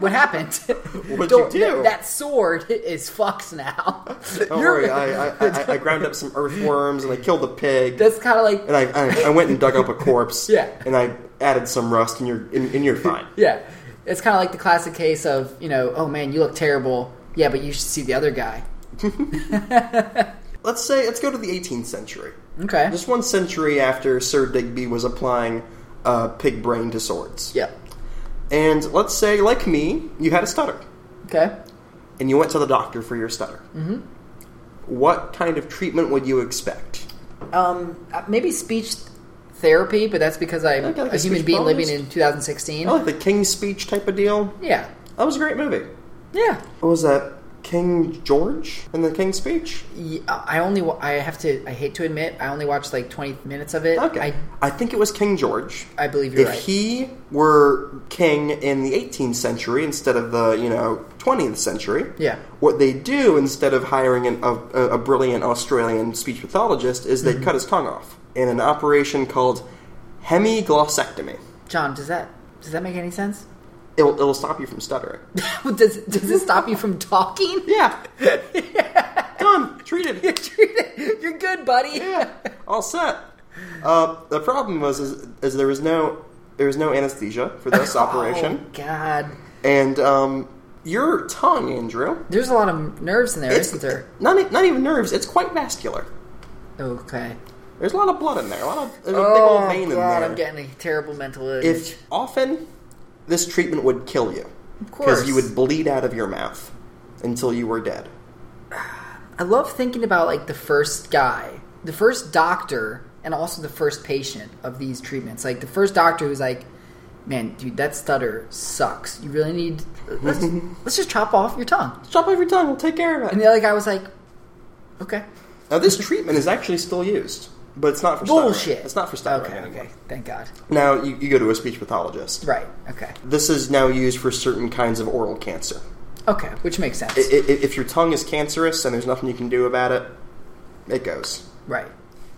B: what happened?
A: you
B: Don't-
A: do?
B: That, that sword is fucked now.
A: Don't
B: You're-
A: worry, I, I, I, I ground up some earthworms and I killed a pig.
B: that's kind of like
A: and I, I, I went and dug up a corpse.
B: Yeah.
A: And I added some rust, and you're and, and you're fine.
B: Yeah. It's kind of like the classic case of, you know, oh man, you look terrible. Yeah, but you should see the other guy.
A: Let's say let's go to the 18th century.
B: Okay.
A: Just one century after Sir Digby was applying uh, pig brain to swords.
B: yeah.
A: And let's say, like me, you had a stutter,
B: Okay.
A: and you went to the doctor for your stutter. Mm-hmm. What kind of treatment would you expect?
B: Um, uh, maybe speech therapy, but that's because I'm
A: Okay, like
B: a
A: a speech
B: human
A: Oh.
B: being
A: pathologist?
B: living in 2016.
A: You know, like the King's Speech type of deal.
B: Yeah.
A: That was a great movie.
B: Yeah.
A: What was that? King George and the King's Speech?
B: Yeah, I only wa- I have to I hate to admit I only watched like 20 minutes of it.
A: Okay. I, think it was King George.
B: I I believe you're
A: if
B: right.
A: he were king in the 18th century instead of the, you know, 20th century,
B: yeah.
A: what they do instead of hiring an, a, a brilliant Australian speech pathologist is
B: Mm-hmm.
A: they cut his tongue off in an operation called hemiglossectomy.
B: John, does that does that make any sense?
A: It'll, it'll stop you from stuttering.
B: does does it stop you from talking?
A: Yeah. Done. Treated.
B: you're good, buddy.
A: Yeah, all set. Uh, the problem was is, is there was no there was no anesthesia for this
B: Oh,
A: operation,
B: God.
A: and um, your tongue, Andrew,
B: There's a lot of nerves in there,
A: it's
B: not there?
A: not e- not even nerves. It's quite vascular.
B: Okay.
A: There's a lot of blood in there. A lot of there's a big
B: Oh,
A: old vein in
B: God,
A: there.
B: I'm getting a terrible mental image.
A: if often this treatment would kill you
B: of course.
A: because you would bleed out of your mouth until you were dead.
B: I love thinking about like the first guy, the first doctor, and also the first patient of these treatments. Like the first doctor who's like, "Man, dude, that stutter sucks. You really need let's, let's just chop off your tongue."
A: Chop off your tongue. We'll take care of it.
B: And the other guy was like, "Okay,
A: Now this treatment is actually still used, but it's not for stuttering.
B: bullshit.
A: It's not for stuttering
B: Okay,
A: anymore.
B: okay, thank God.
A: Now you, you go to a speech pathologist.
B: Right. Okay.
A: This is now used for certain kinds of oral cancer.
B: Okay, which makes sense.
A: I- i- If your tongue is cancerous and there's nothing you can do about it, it goes.
B: right.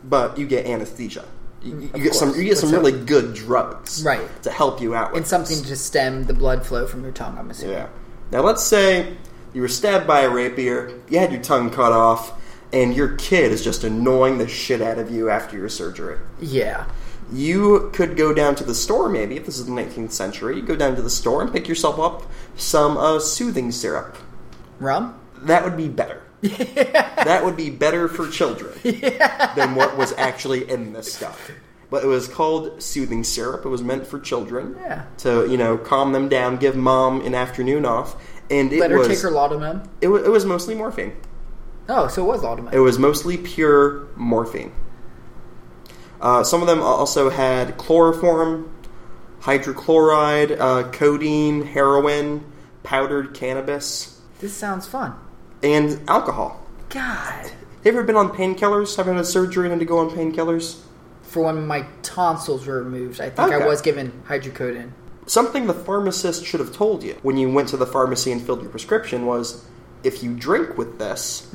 A: But you get anesthesia. You, you
B: Mm, Of
A: get some.
B: course.
A: You get some
B: What's
A: really good drugs,
B: Right.
A: to help you out with
B: And something
A: this.
B: to stem the blood flow from your tongue. I'm assuming.
A: Yeah. Now let's say you were stabbed by a rapier. You had your tongue cut off, and your kid is just annoying the shit out of you after your surgery.
B: Yeah.
A: You could go down to the store, maybe, if this is the 19th century. You go down to the store and pick yourself up some uh, soothing syrup.
B: Rum.
A: That would be better. That would be better for children than what was actually in this stuff. But it was called soothing syrup. It was meant for children
B: Yeah.
A: to, you know, calm them down, give mom an afternoon off. And it
B: Let her
A: was,
B: take her laudanum.
A: it was it was mostly morphine.
B: Oh, so it was laudanum.
A: It was mostly pure morphine. Uh, some of them also had chloroform, hydrochloride, uh, codeine, heroin, powdered cannabis,
B: this sounds fun.
A: and alcohol.
B: God.
A: Have you ever been on painkillers? Have you had a surgery and had to go on painkillers?
B: for when my tonsils were removed. I think
A: Okay.
B: I was given hydrocodone.
A: Something the pharmacist should have told you when you went to the pharmacy and filled your prescription was if you drink with this,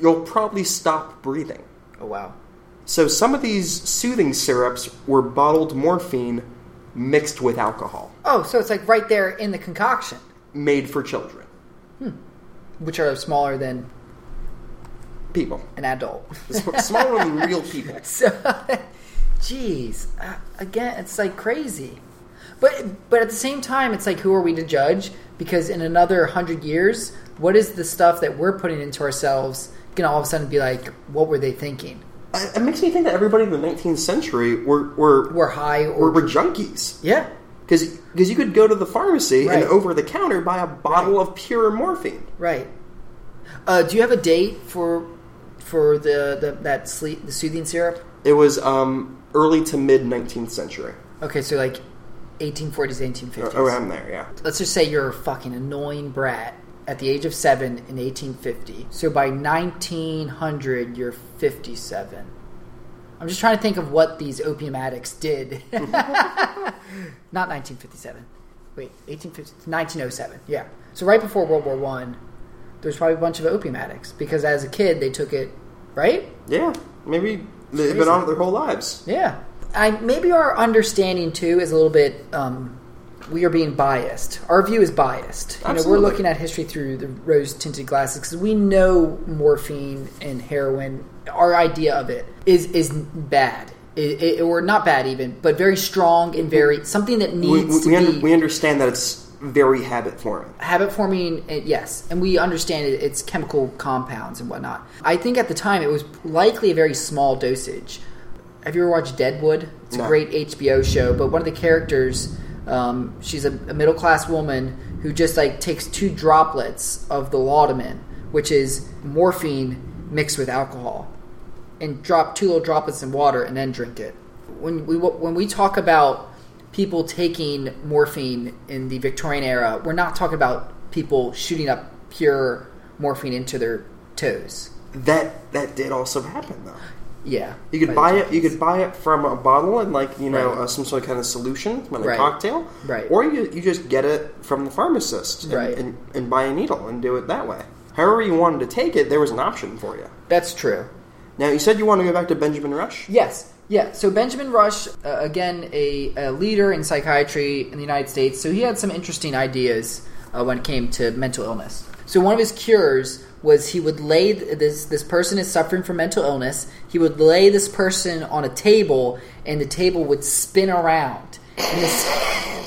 A: you'll probably stop breathing.
B: Oh wow.
A: So some of these soothing syrups were bottled morphine mixed with alcohol,
B: Oh, so it's like right there in the concoction,
A: made for children,
B: which are smaller than
A: people,
B: an adult.
A: S- smaller than real people.
B: So, jeez, uh, again, it's like crazy. But but at the same time, it's like who are we to judge? Because in another hundred years, what is the stuff that we're putting into ourselves gonna all of a sudden be like? What were they thinking?
A: It it makes me think that everybody in the 19th century were were were,
B: We're high or
A: were, junkies
B: yeah,
A: because you could go to the pharmacy
B: Right.
A: and over the counter buy a bottle of pure morphine.
B: Right. Uh, do you have a date for for the, the that sleep the soothing syrup?
A: It was um, early to mid 19th century,
B: Okay, so like 1840s, 1850s.
A: around there. Yeah,
B: Let's just say you're a fucking annoying brat at the age of seven in 1850. So by 1900, you're 57. I'm just trying to think of what these opium addicts did. Not 1957. Wait, 1850, 1907. Yeah. So right before World War One, there's probably a bunch of opium addicts because as a kid they took it, right?
A: yeah, maybe they've been
B: Crazy.
A: on it their whole lives.
B: Yeah. I maybe our understanding too is a little bit. Um, we are being biased. Our view is biased. You know, we're
A: Absolutely.
B: looking at history through the rose-tinted glasses because we know morphine and heroin. Our idea of it is is bad, it, it, or not bad even, but very strong and very something that
A: We,
B: needs
A: we, we,
B: to
A: under,
B: be
A: we understand that it's very habit forming.
B: habit forming uh, yes and we understand it, it's chemical compounds and whatnot i think at the time it was likely a very small dosage have you ever watched deadwood it's
A: No.
B: a great hbo show but one of the characters um, she's a, a middle class woman who just like takes two droplets of the laudamin which is morphine mixed with alcohol and drop two little droplets in water and then drink it. When we when we talk about people taking morphine in the Victorian era, we're not talking about people shooting up pure morphine into their toes.
A: That that did also happen though.
B: Yeah,
A: You could
B: by
A: buy
B: the
A: it. You could buy it from a bottle and like you know
B: Right.
A: uh, some sort of kind of solution, from a
B: Right.
A: cocktail,
B: Right.
A: Or you, you just get it from the pharmacist, and,
B: Right.
A: And, and buy a needle and do it that way. However you wanted to take it, there was an option for you.
B: time. That's true.
A: Now you said you want to go back to Benjamin Rush.
B: Yes, yeah. So Benjamin Rush, uh, again, a, a leader in psychiatry in the United States, so he had some interesting ideas uh, when it came to mental illness. So one of his cures was he would lay th- this this person is suffering from mental illness. He would lay this person on a table, and the table would spin around. And this,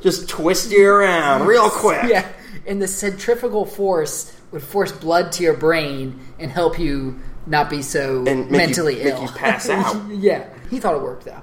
A: Just twist you around real quick.
B: yeah, and the centrifugal force would force blood to your brain and help you not be so
A: And make you-
B: mentally
A: make
B: ill.
A: you pass out.
B: yeah, he thought it worked though.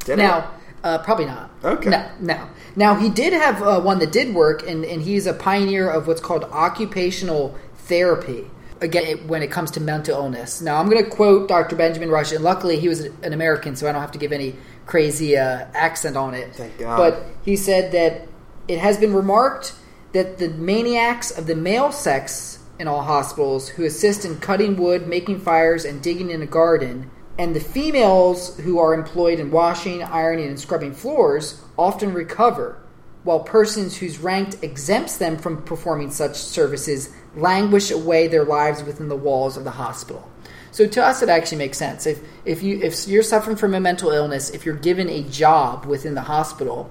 A: Did it?
B: Now, uh, probably not.
A: Okay.
B: No, no. Now, he did have uh, one that did work, and, and he's a pioneer of what's called occupational therapy. Again, it- when it comes to mental illness. Now, I'm going to quote Dr. Benjamin Rush, and luckily he was an American, so I don't have to give any crazy uh, accent on it.
A: Thank God.
B: But he said that it has been remarked that the maniacs of the male sex in all hospitals who assist in cutting wood, making fires, and digging in a garden, and the females who are employed in washing, ironing, and scrubbing floors often recover, while persons whose rank exempts them from performing such services languish away their lives within the walls of the hospital. So to us, it actually makes sense. If if you if you're suffering from a mental illness, if you're given a job within the hospital,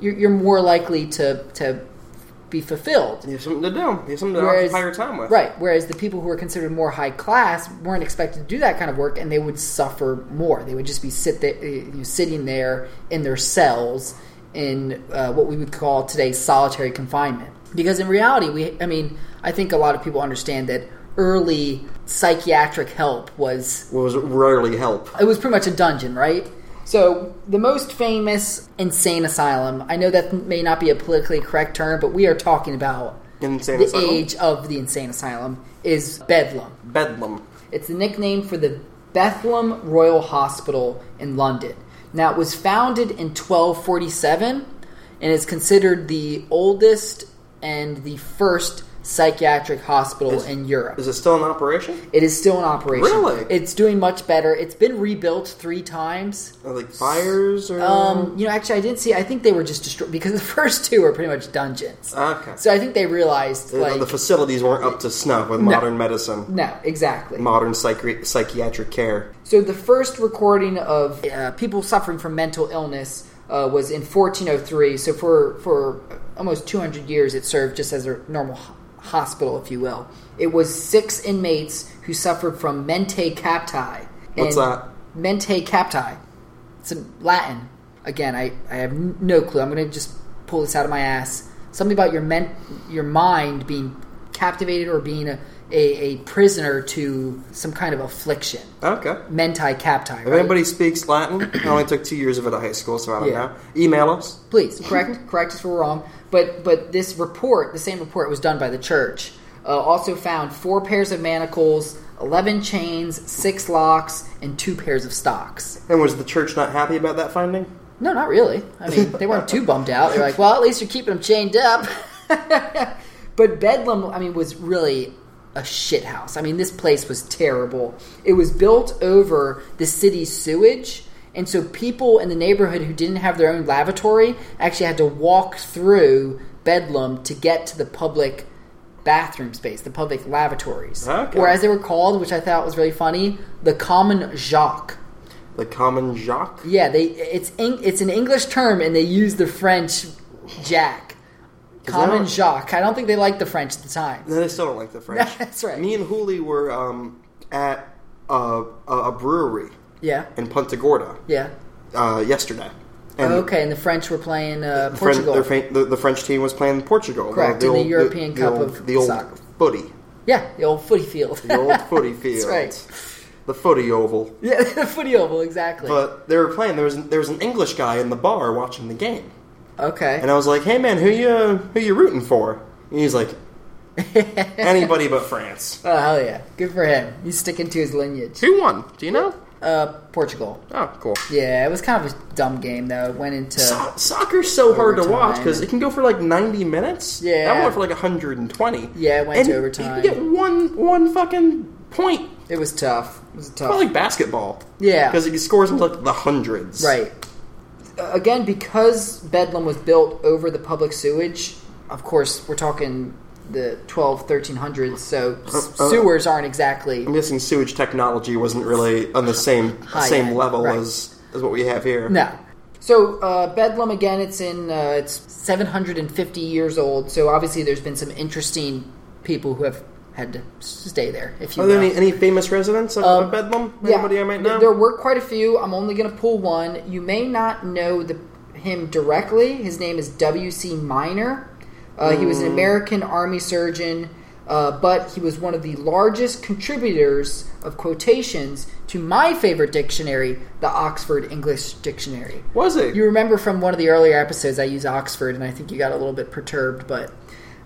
B: you're, you're more likely to to be fulfilled.
A: you have something to do. You have something to occupy your time with.
B: right. Whereas the people who are considered more high class weren't expected to do that kind of work, and they would suffer more. They would just be sit there, eh, you know, sitting there in their cells in uh, what we would call today solitary confinement. Because in reality, we I mean, I think a lot of people understand that early psychiatric help was
A: Was rarely help.
B: it was pretty much a dungeon, right? So the most famous insane asylum. I know that may not be a politically correct term, but we are talking about
A: Insane
B: the
A: asylum?
B: age of the insane asylum is Bedlam.
A: Bedlam.
B: It's the nickname for the Bethlehem Royal Hospital in London. Now, it was founded in 1247 and is considered the oldest and the first psychiatric hospital in Europe.
A: Is it still in operation?
B: It is still in operation.
A: Really?
B: It's doing much better. It's been rebuilt three times.
A: Are like fires or
B: Um, you know, actually, I didn't see. I think they were just destroyed because the first two are pretty much dungeons.
A: okay.
B: So I think they realized,
A: You know,
B: like,
A: the facilities weren't up to snuff with modern medicine,
B: no, exactly.
A: modern psychri- psychiatric care.
B: So the first recording of uh, people suffering from mental illness uh, was in 1403. So for for almost 200 years, it served just as a normal h- hospital, if you will. It was six inmates who suffered from mente capti.
A: What's
B: And
A: that?
B: Mente capti. It's in Latin. Again, I, I have n- no clue. I'm going to just pull this out of my ass. Something about your men, your mind being captivated or being a, a, a prisoner to some kind of affliction.
A: Okay.
B: Menti capti.
A: If
B: right?
A: anybody speaks Latin, I only took two years of it at high school, so I don't
B: Yeah.
A: know. Email us.
B: Please correct correct us if we're wrong. But but this report, the same report, was done by the church. Uh, also found four pairs of manacles, eleven chains, six locks, and two pairs of stocks.
A: And was the church not happy about that finding?
B: No, not really. I mean, they weren't too bummed out. They're like, well, at least you're keeping them chained up. but Bedlam, I mean, was really a shit house. I mean, this place was terrible. It was built over the city's sewage. And so people in the neighborhood who didn't have their own lavatory actually had to walk through Bedlam to get to the public bathroom space, the public lavatories.
A: Okay.
B: Or as they were called, which I thought was really funny, the common Jacques.
A: The common Jacques?
B: Yeah, they it's Eng, it's an English term, and they use the French Jack, common
A: don't-
B: Jacques. I don't think they liked the French at the time.
A: No, they still don't like the French.
B: That's right.
A: Me and Hooli were um, at a, a, a brewery
B: Yeah,
A: in Punta Gorda
B: yeah.
A: uh, yesterday. And
B: Oh, Okay, and the French were playing uh,
A: Fren-
B: Portugal.
A: their fa- the, the French team was playing Portugal.
B: Correct, in the European Cup
A: old,
B: of
A: the old
B: soccer.
A: footy,
B: yeah, the old footy field.
A: the old footy field.
B: That's right.
A: The footy oval.
B: Yeah, the footy oval exactly.
A: But they were playing. There was there was an English guy in the bar watching the game,
B: okay,
A: and I was like, "Hey man, who you who you rooting for?" And he's like, "Anybody but France."
B: oh hell yeah, good for him. He's sticking to his lineage.
A: Who won? Do you know?
B: Uh, Portugal.
A: Oh, cool.
B: Yeah, it was kind of a dumb game though. It went into
A: So- soccer's so hard to watch
B: Overtime.
A: because it can go for like 90 minutes.
B: Yeah.
A: That went for like 120.
B: Yeah, it went
A: and
B: to overtime.
A: You can get one, one fucking point.
B: it was tough. It was tough.
A: Probably like basketball.
B: Oh. yeah,
A: Because it scores into like the hundreds.
B: Right. Uh, Again, because Bedlam was built over the public sewage, of course, we're talking the 12, 1300s, so s-
A: Uh, uh,
B: sewers aren't exactly.
A: I'm guessing sewage technology wasn't really on the same
B: High
A: same
B: end,
A: level
B: right.
A: as, as what we have here.
B: No. So uh, Bedlam again, it's in uh, it's 750 years old. So obviously, there's been some interesting people who have had to stay there. If you
A: Are there
B: will.
A: any, any famous residents of, of Bedlam? Anybody I might
B: th-
A: know?
B: Um, There were quite a few. I'm only going to pull one. You may not know the, him directly. His name is W.C. Minor. Uh, He
A: Mm.
B: was an American Army surgeon, uh, but he was one of the largest contributors of quotations to my favorite dictionary, the Oxford English Dictionary.
A: Was it?
B: You remember from one of the earlier episodes, I use Oxford, and I think you got a little bit perturbed. But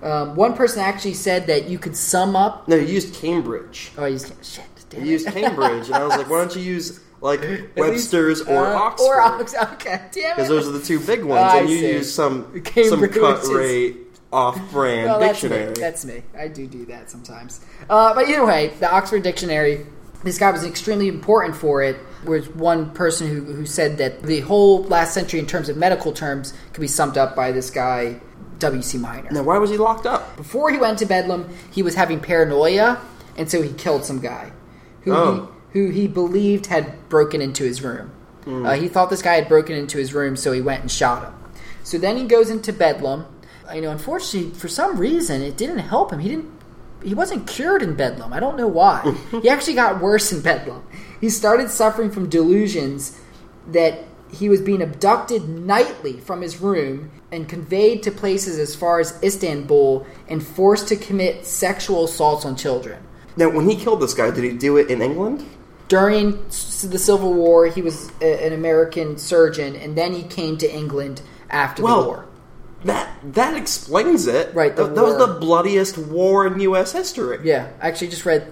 B: um, one person actually said that you could sum up.
A: no, you used Cambridge.
B: Oh, I used shit. Damn
A: You
B: it.
A: used Cambridge, and I was like, why don't you use like Webster's or
B: Uh,
A: Oxford?
B: Or Oxford. Okay, damn it.
A: because those are the two big ones,
B: I
A: and you
B: see.
A: use some some
B: Cambridge
A: cut
B: is-
A: rate off-brand
B: Well, that's
A: dictionary.
B: Me. That's me. I do do that sometimes. Uh, but either way, the Oxford Dictionary. This guy was extremely important for it. Was one person who, who said that the whole last century, in terms of medical terms, could be summed up by this guy, W. C. Minor.
A: now, why was he locked up?
B: Before he went to Bedlam, he was having paranoia, and so he killed some guy who
A: Oh.
B: he, who he believed had broken into his room. Uh, he thought this guy had broken into his room, so he went and shot him. So then he goes into Bedlam. You know, unfortunately, for some reason, it didn't help him. He didn't. He wasn't cured in Bedlam. I don't know why. he actually got worse in Bedlam. He started suffering from delusions that he was being abducted nightly from his room and conveyed to places as far as Istanbul and forced to commit sexual assaults on children.
A: Now, when he killed this guy, did he do it in England?
B: During s- the Civil War, he was a, an American surgeon, and then he came to England after
A: Well,
B: the war.
A: That that explains it.
B: Right, the
A: Th- that was
B: war.
A: the bloodiest war in U.S. history.
B: Yeah, I actually just read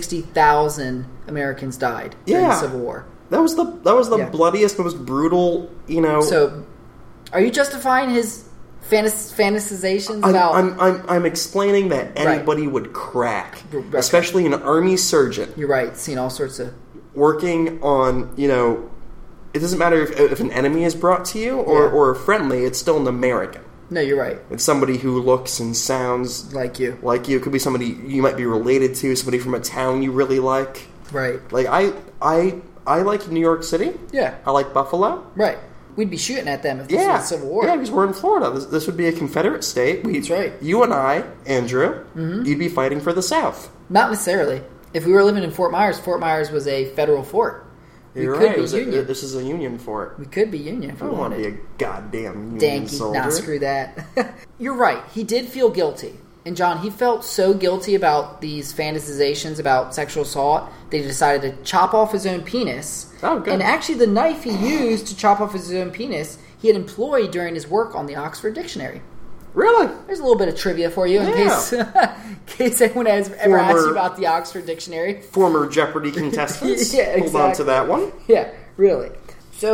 B: 360,000 Americans died during
A: Yeah.
B: the Civil War.
A: That was the that was the
B: Yeah.
A: bloodiest, most brutal. You know.
B: So, are you justifying his fantas- fantasizations
A: I'm,
B: about.
A: I'm, I'm, I'm explaining that anybody would crack,
B: R- right.
A: especially an army surgeon.
B: you're right, seeing all sorts of.
A: working on you know it doesn't matter if, if an enemy is brought to you or,
B: Yeah.
A: or a friendly it's still an american
B: No, you're right.
A: it's somebody who looks and sounds
B: Like you.
A: like you it could be somebody you might be related to somebody from a town you really like
B: Right.
A: like i i i like new york city
B: Yeah.
A: i like buffalo
B: Right. We'd be shooting at them if this
A: yeah
B: was the Civil War.
A: yeah because we're in florida this, this would be a confederate state we,
B: That's right. Mm-hmm.
A: you and i andrew you'd be fighting for the south
B: Not necessarily. If we were living in Fort Myers, Fort Myers was a federal fort. We
A: You're
B: could
A: right.
B: be
A: It was a-
B: Union.
A: this is a union for it
B: we could be Union if
A: i
B: we
A: don't want to
B: wanted.
A: be a goddamn union
B: Danky,
A: soldier
B: nah, screw that. You're right. He did feel guilty. And John, he felt so guilty about these fantasizations about sexual assault, they decided to chop off his own penis.
A: Oh, good.
B: And actually, the knife he used to chop off his own penis, he had employed during his work on the Oxford Dictionary.
A: really
B: There's a little bit of trivia for you in
A: Yeah.
B: case in case anyone has ever asked
A: Former-
B: you about the Oxford Dictionary.
A: former Jeopardy contestants.
B: Yeah,
A: Hold on to
B: exactly.
A: that one.
B: Yeah, really. So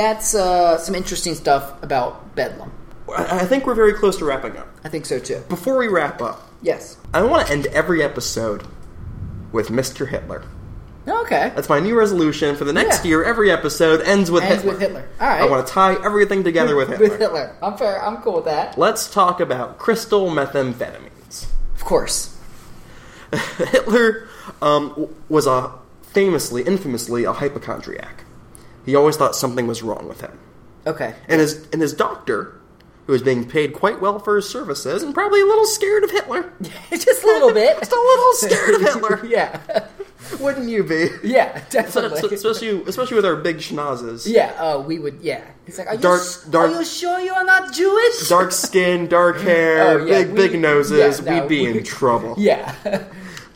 B: that's uh, some interesting stuff about Bedlam.
A: I I think we're very close to wrapping up.
B: I think so too.
A: Before we wrap up,
B: Yes.
A: I want to end every episode with Mr. Hitler.
B: Okay.
A: That's my new resolution for the next
B: Yeah.
A: year. Every episode ends with
B: Ends
A: Hitler.
B: with Hitler. All right.
A: I want to tie everything together with Hitler.
B: With Hitler. I'm fair. I'm cool with that.
A: Let's talk about crystal methamphetamines.
B: Of course.
A: Hitler um, w- was a famously, infamously, a hypochondriac. He always thought something was wrong with him.
B: Okay.
A: and his and his doctor, who was being paid quite well for his services and probably a little scared of Hitler,
B: Just a little bit.
A: just a little scared of Hitler.
B: yeah.
A: Wouldn't you be?
B: Yeah.
A: So-
B: Definitely.
A: so- especially especially with our big schnozzes.
B: yeah. Oh, we would. Yeah. He's like, are you,
A: Dark-
B: s-
A: dark-
B: are you sure you are not Jewish?
A: Dark skin, dark hair,
B: Oh, yeah,
A: big
B: we-
A: big noses.
B: yeah, no,
A: we'd be
B: we-
A: in trouble.
B: Yeah.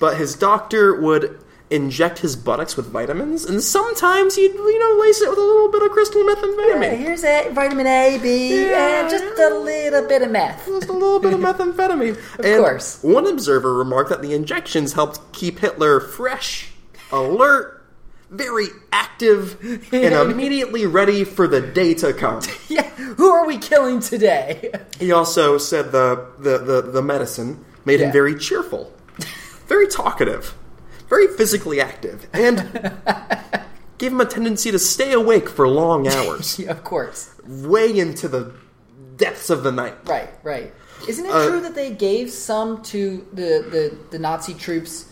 A: But his doctor would inject his buttocks with vitamins, and sometimes he'd you know lace it with a little bit of crystal
B: Yeah,
A: methamphetamine.
B: here's a vitamin A, B,
A: Yeah.
B: and just a little bit of meth.
A: Just a little bit of methamphetamine. and
B: course.
A: One observer remarked that the injections helped keep Hitler fresh, alert, very active and immediately ready for the day to come.
B: Yeah, who are we killing today?
A: He also said the the the, the medicine made him
B: Yeah.
A: very cheerful, very talkative, very physically active, and gave him a tendency to stay awake for long hours,
B: Yeah, of course.
A: way into the depths of the night.
B: Right, right. Isn't it
A: Uh,
B: true that they gave some to the the, the Nazi troops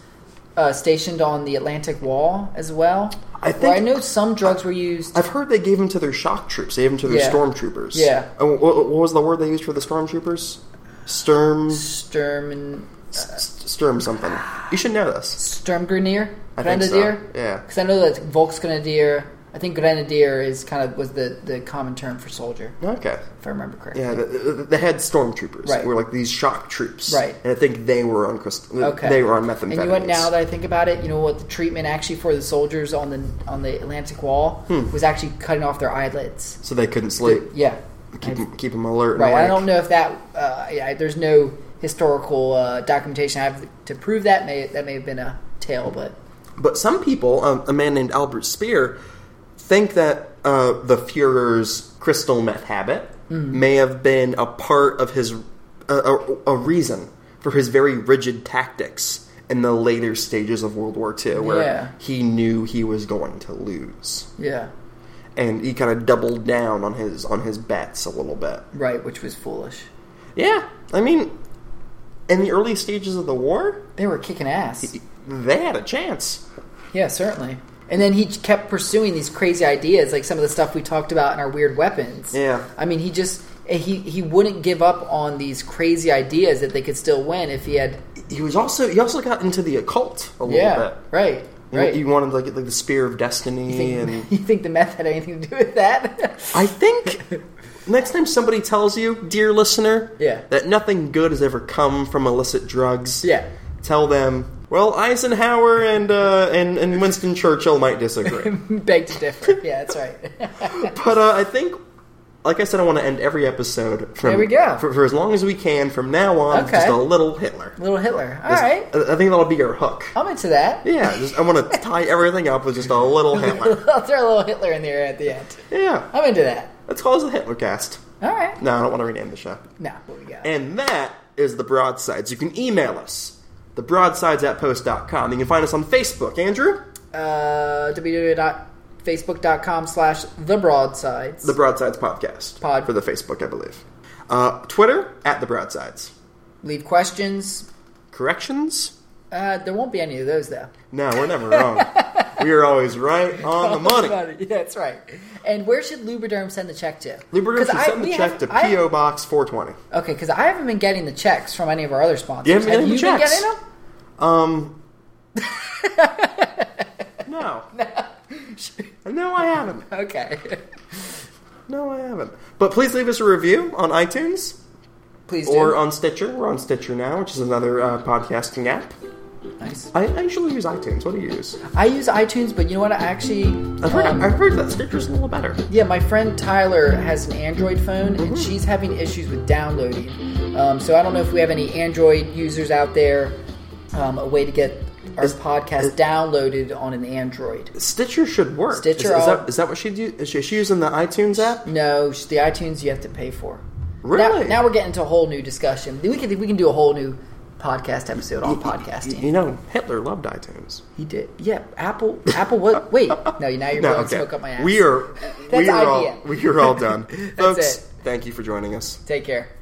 B: uh, stationed on the Atlantic Wall as well?
A: I
B: Where I
A: think-
B: know some drugs were used.
A: I've heard they gave him to their shock troops. They gave him to their
B: Yeah.
A: stormtroopers.
B: Yeah.
A: Uh, wh- wh- What, was the word they used for the stormtroopers? Sturm, s-
B: Sturm and
A: s- Sturm something. You should know this.
B: Sturmgrenadier,
A: I think so.
B: Grenadier.
A: Yeah.
B: because I know that Volksgrenadier. I think Grenadier is kind of was the, the common term for soldier,
A: Okay.
B: if I remember correctly.
A: Yeah, th- th- they had stormtroopers.
B: Right.
A: Who were like these shock troops.
B: Right.
A: And I think they were on crystal.
B: Okay.
A: They were on methamphetamines.
B: And you know what? Now that I think about it, you know what the treatment actually for the soldiers on the on the Atlantic Wall
A: Hmm.
B: was actually cutting off their eyelids.
A: so they couldn't sleep.
B: Yeah,
A: Keep them, keep 'em alert. and
B: right. I
A: awake.
B: don't know if that. Uh, yeah, there's no historical uh, documentation I have to prove that. May that may have been a tale, but
A: But some people, um, a man named Albert Speer, think that uh, the Fuhrer's crystal meth habit
B: Mm-hmm.
A: may have been a part of his, a, a, a reason for his very rigid tactics in the later stages of World War II, where
B: Yeah.
A: he knew he was going to lose,
B: yeah,
A: and he kind of doubled down on his on his bets a little bit.
B: right, which was foolish.
A: Yeah, I mean, in the early stages of the war,
B: They were kicking ass.
A: they had a chance.
B: Yeah, certainly. And then he kept pursuing these crazy ideas, like some of the stuff we talked about in our weird weapons.
A: Yeah.
B: I mean, he just eh, he he wouldn't give up on these crazy ideas that they could still win if he had.
A: He was also he also got into the occult a little
B: Yeah,
A: bit.
B: right,
A: You know,
B: right.
A: You wanted like like the spear of destiny,
B: think,
A: and
B: you think the meth had anything to do with that?
A: I think next time somebody tells you, dear listener,
B: Yeah.
A: that nothing good has ever come from illicit drugs,
B: yeah,
A: tell them, well, Eisenhower and uh, and and Winston Churchill might disagree,
B: beg to differ. Yeah, that's right.
A: but uh, I think. Like I said, I want to end every episode from
B: There we go.
A: For, for as long as we can from now on.
B: Okay.
A: Just a little Hitler.
B: Little Hitler. All
A: Just-
B: right,
A: I, I think that'll be our hook.
B: I'm into that.
A: Yeah, just I want to tie everything up with just a little Hitler.
B: I'll throw a little Hitler in there at the end.
A: Yeah,
B: I'm into that.
A: let's call this the Hitler cast.
B: All right.
A: No, I don't want to rename the show.
B: Now what we got?
A: And that is the broadsides. You can email us, thebroadsides at post.com. You can find us on Facebook, Andrew,
B: uh, www.facebook.com slash the broadsides.
A: the Broadsides Podcast.
B: Pod.
A: For the Facebook, I believe. Uh, Twitter, at the broadsides.
B: Leave questions.
A: Corrections?
B: Uh, there won't be any of those though.
A: No, we're never wrong. we are always right on the money.
B: Yeah, that's right. And where should Lubriderm send the check to?
A: Lubriderm
B: 'Cause
A: should
B: I-
A: send
B: we
A: the check
B: have-
A: to
B: I-
A: P.O. Box 420.
B: Okay, because I haven't been getting the checks from any of our other sponsors.
A: You haven't been
B: Have
A: getting
B: you
A: the
B: been
A: checks?
B: getting them?
A: Um, No. no, I haven't.
B: Okay.
A: No, I haven't. But please leave us a review on iTunes
B: Please do.
A: or um, on Stitcher. We're on Stitcher now, which is another uh, podcasting app.
B: nice.
A: I I usually use iTunes. What do you use?
B: I use iTunes, but you know what? I actually.
A: I've heard,
B: um,
A: I've heard that Stitcher's a little better.
B: Yeah, my friend Tyler has an Android phone,
A: Mm-hmm.
B: and she's having issues with downloading. Um, so I don't know if we have any Android users out there. Um, a way to get our
A: Is-
B: podcast
A: is-
B: downloaded on an Android.
A: Stitcher should work.
B: Stitcher
A: is, is,
B: all-
A: that, is that what she do? Is she, is she using the iTunes app?
B: No, it's the iTunes you have to pay for.
A: Really?
B: Now, now we're getting into a whole new discussion. We can we can do a whole new podcast episode on podcasting.
A: You know, Hitler loved iTunes.
B: He did. Yeah, Apple. Apple. What? Wait. No, now you're
A: No,
B: blowing
A: okay.
B: smoke up my ass.
A: We are.
B: That's
A: we are
B: idea.
A: all. We are all done, folks.
B: it.
A: Thank you for joining us.
B: Take care.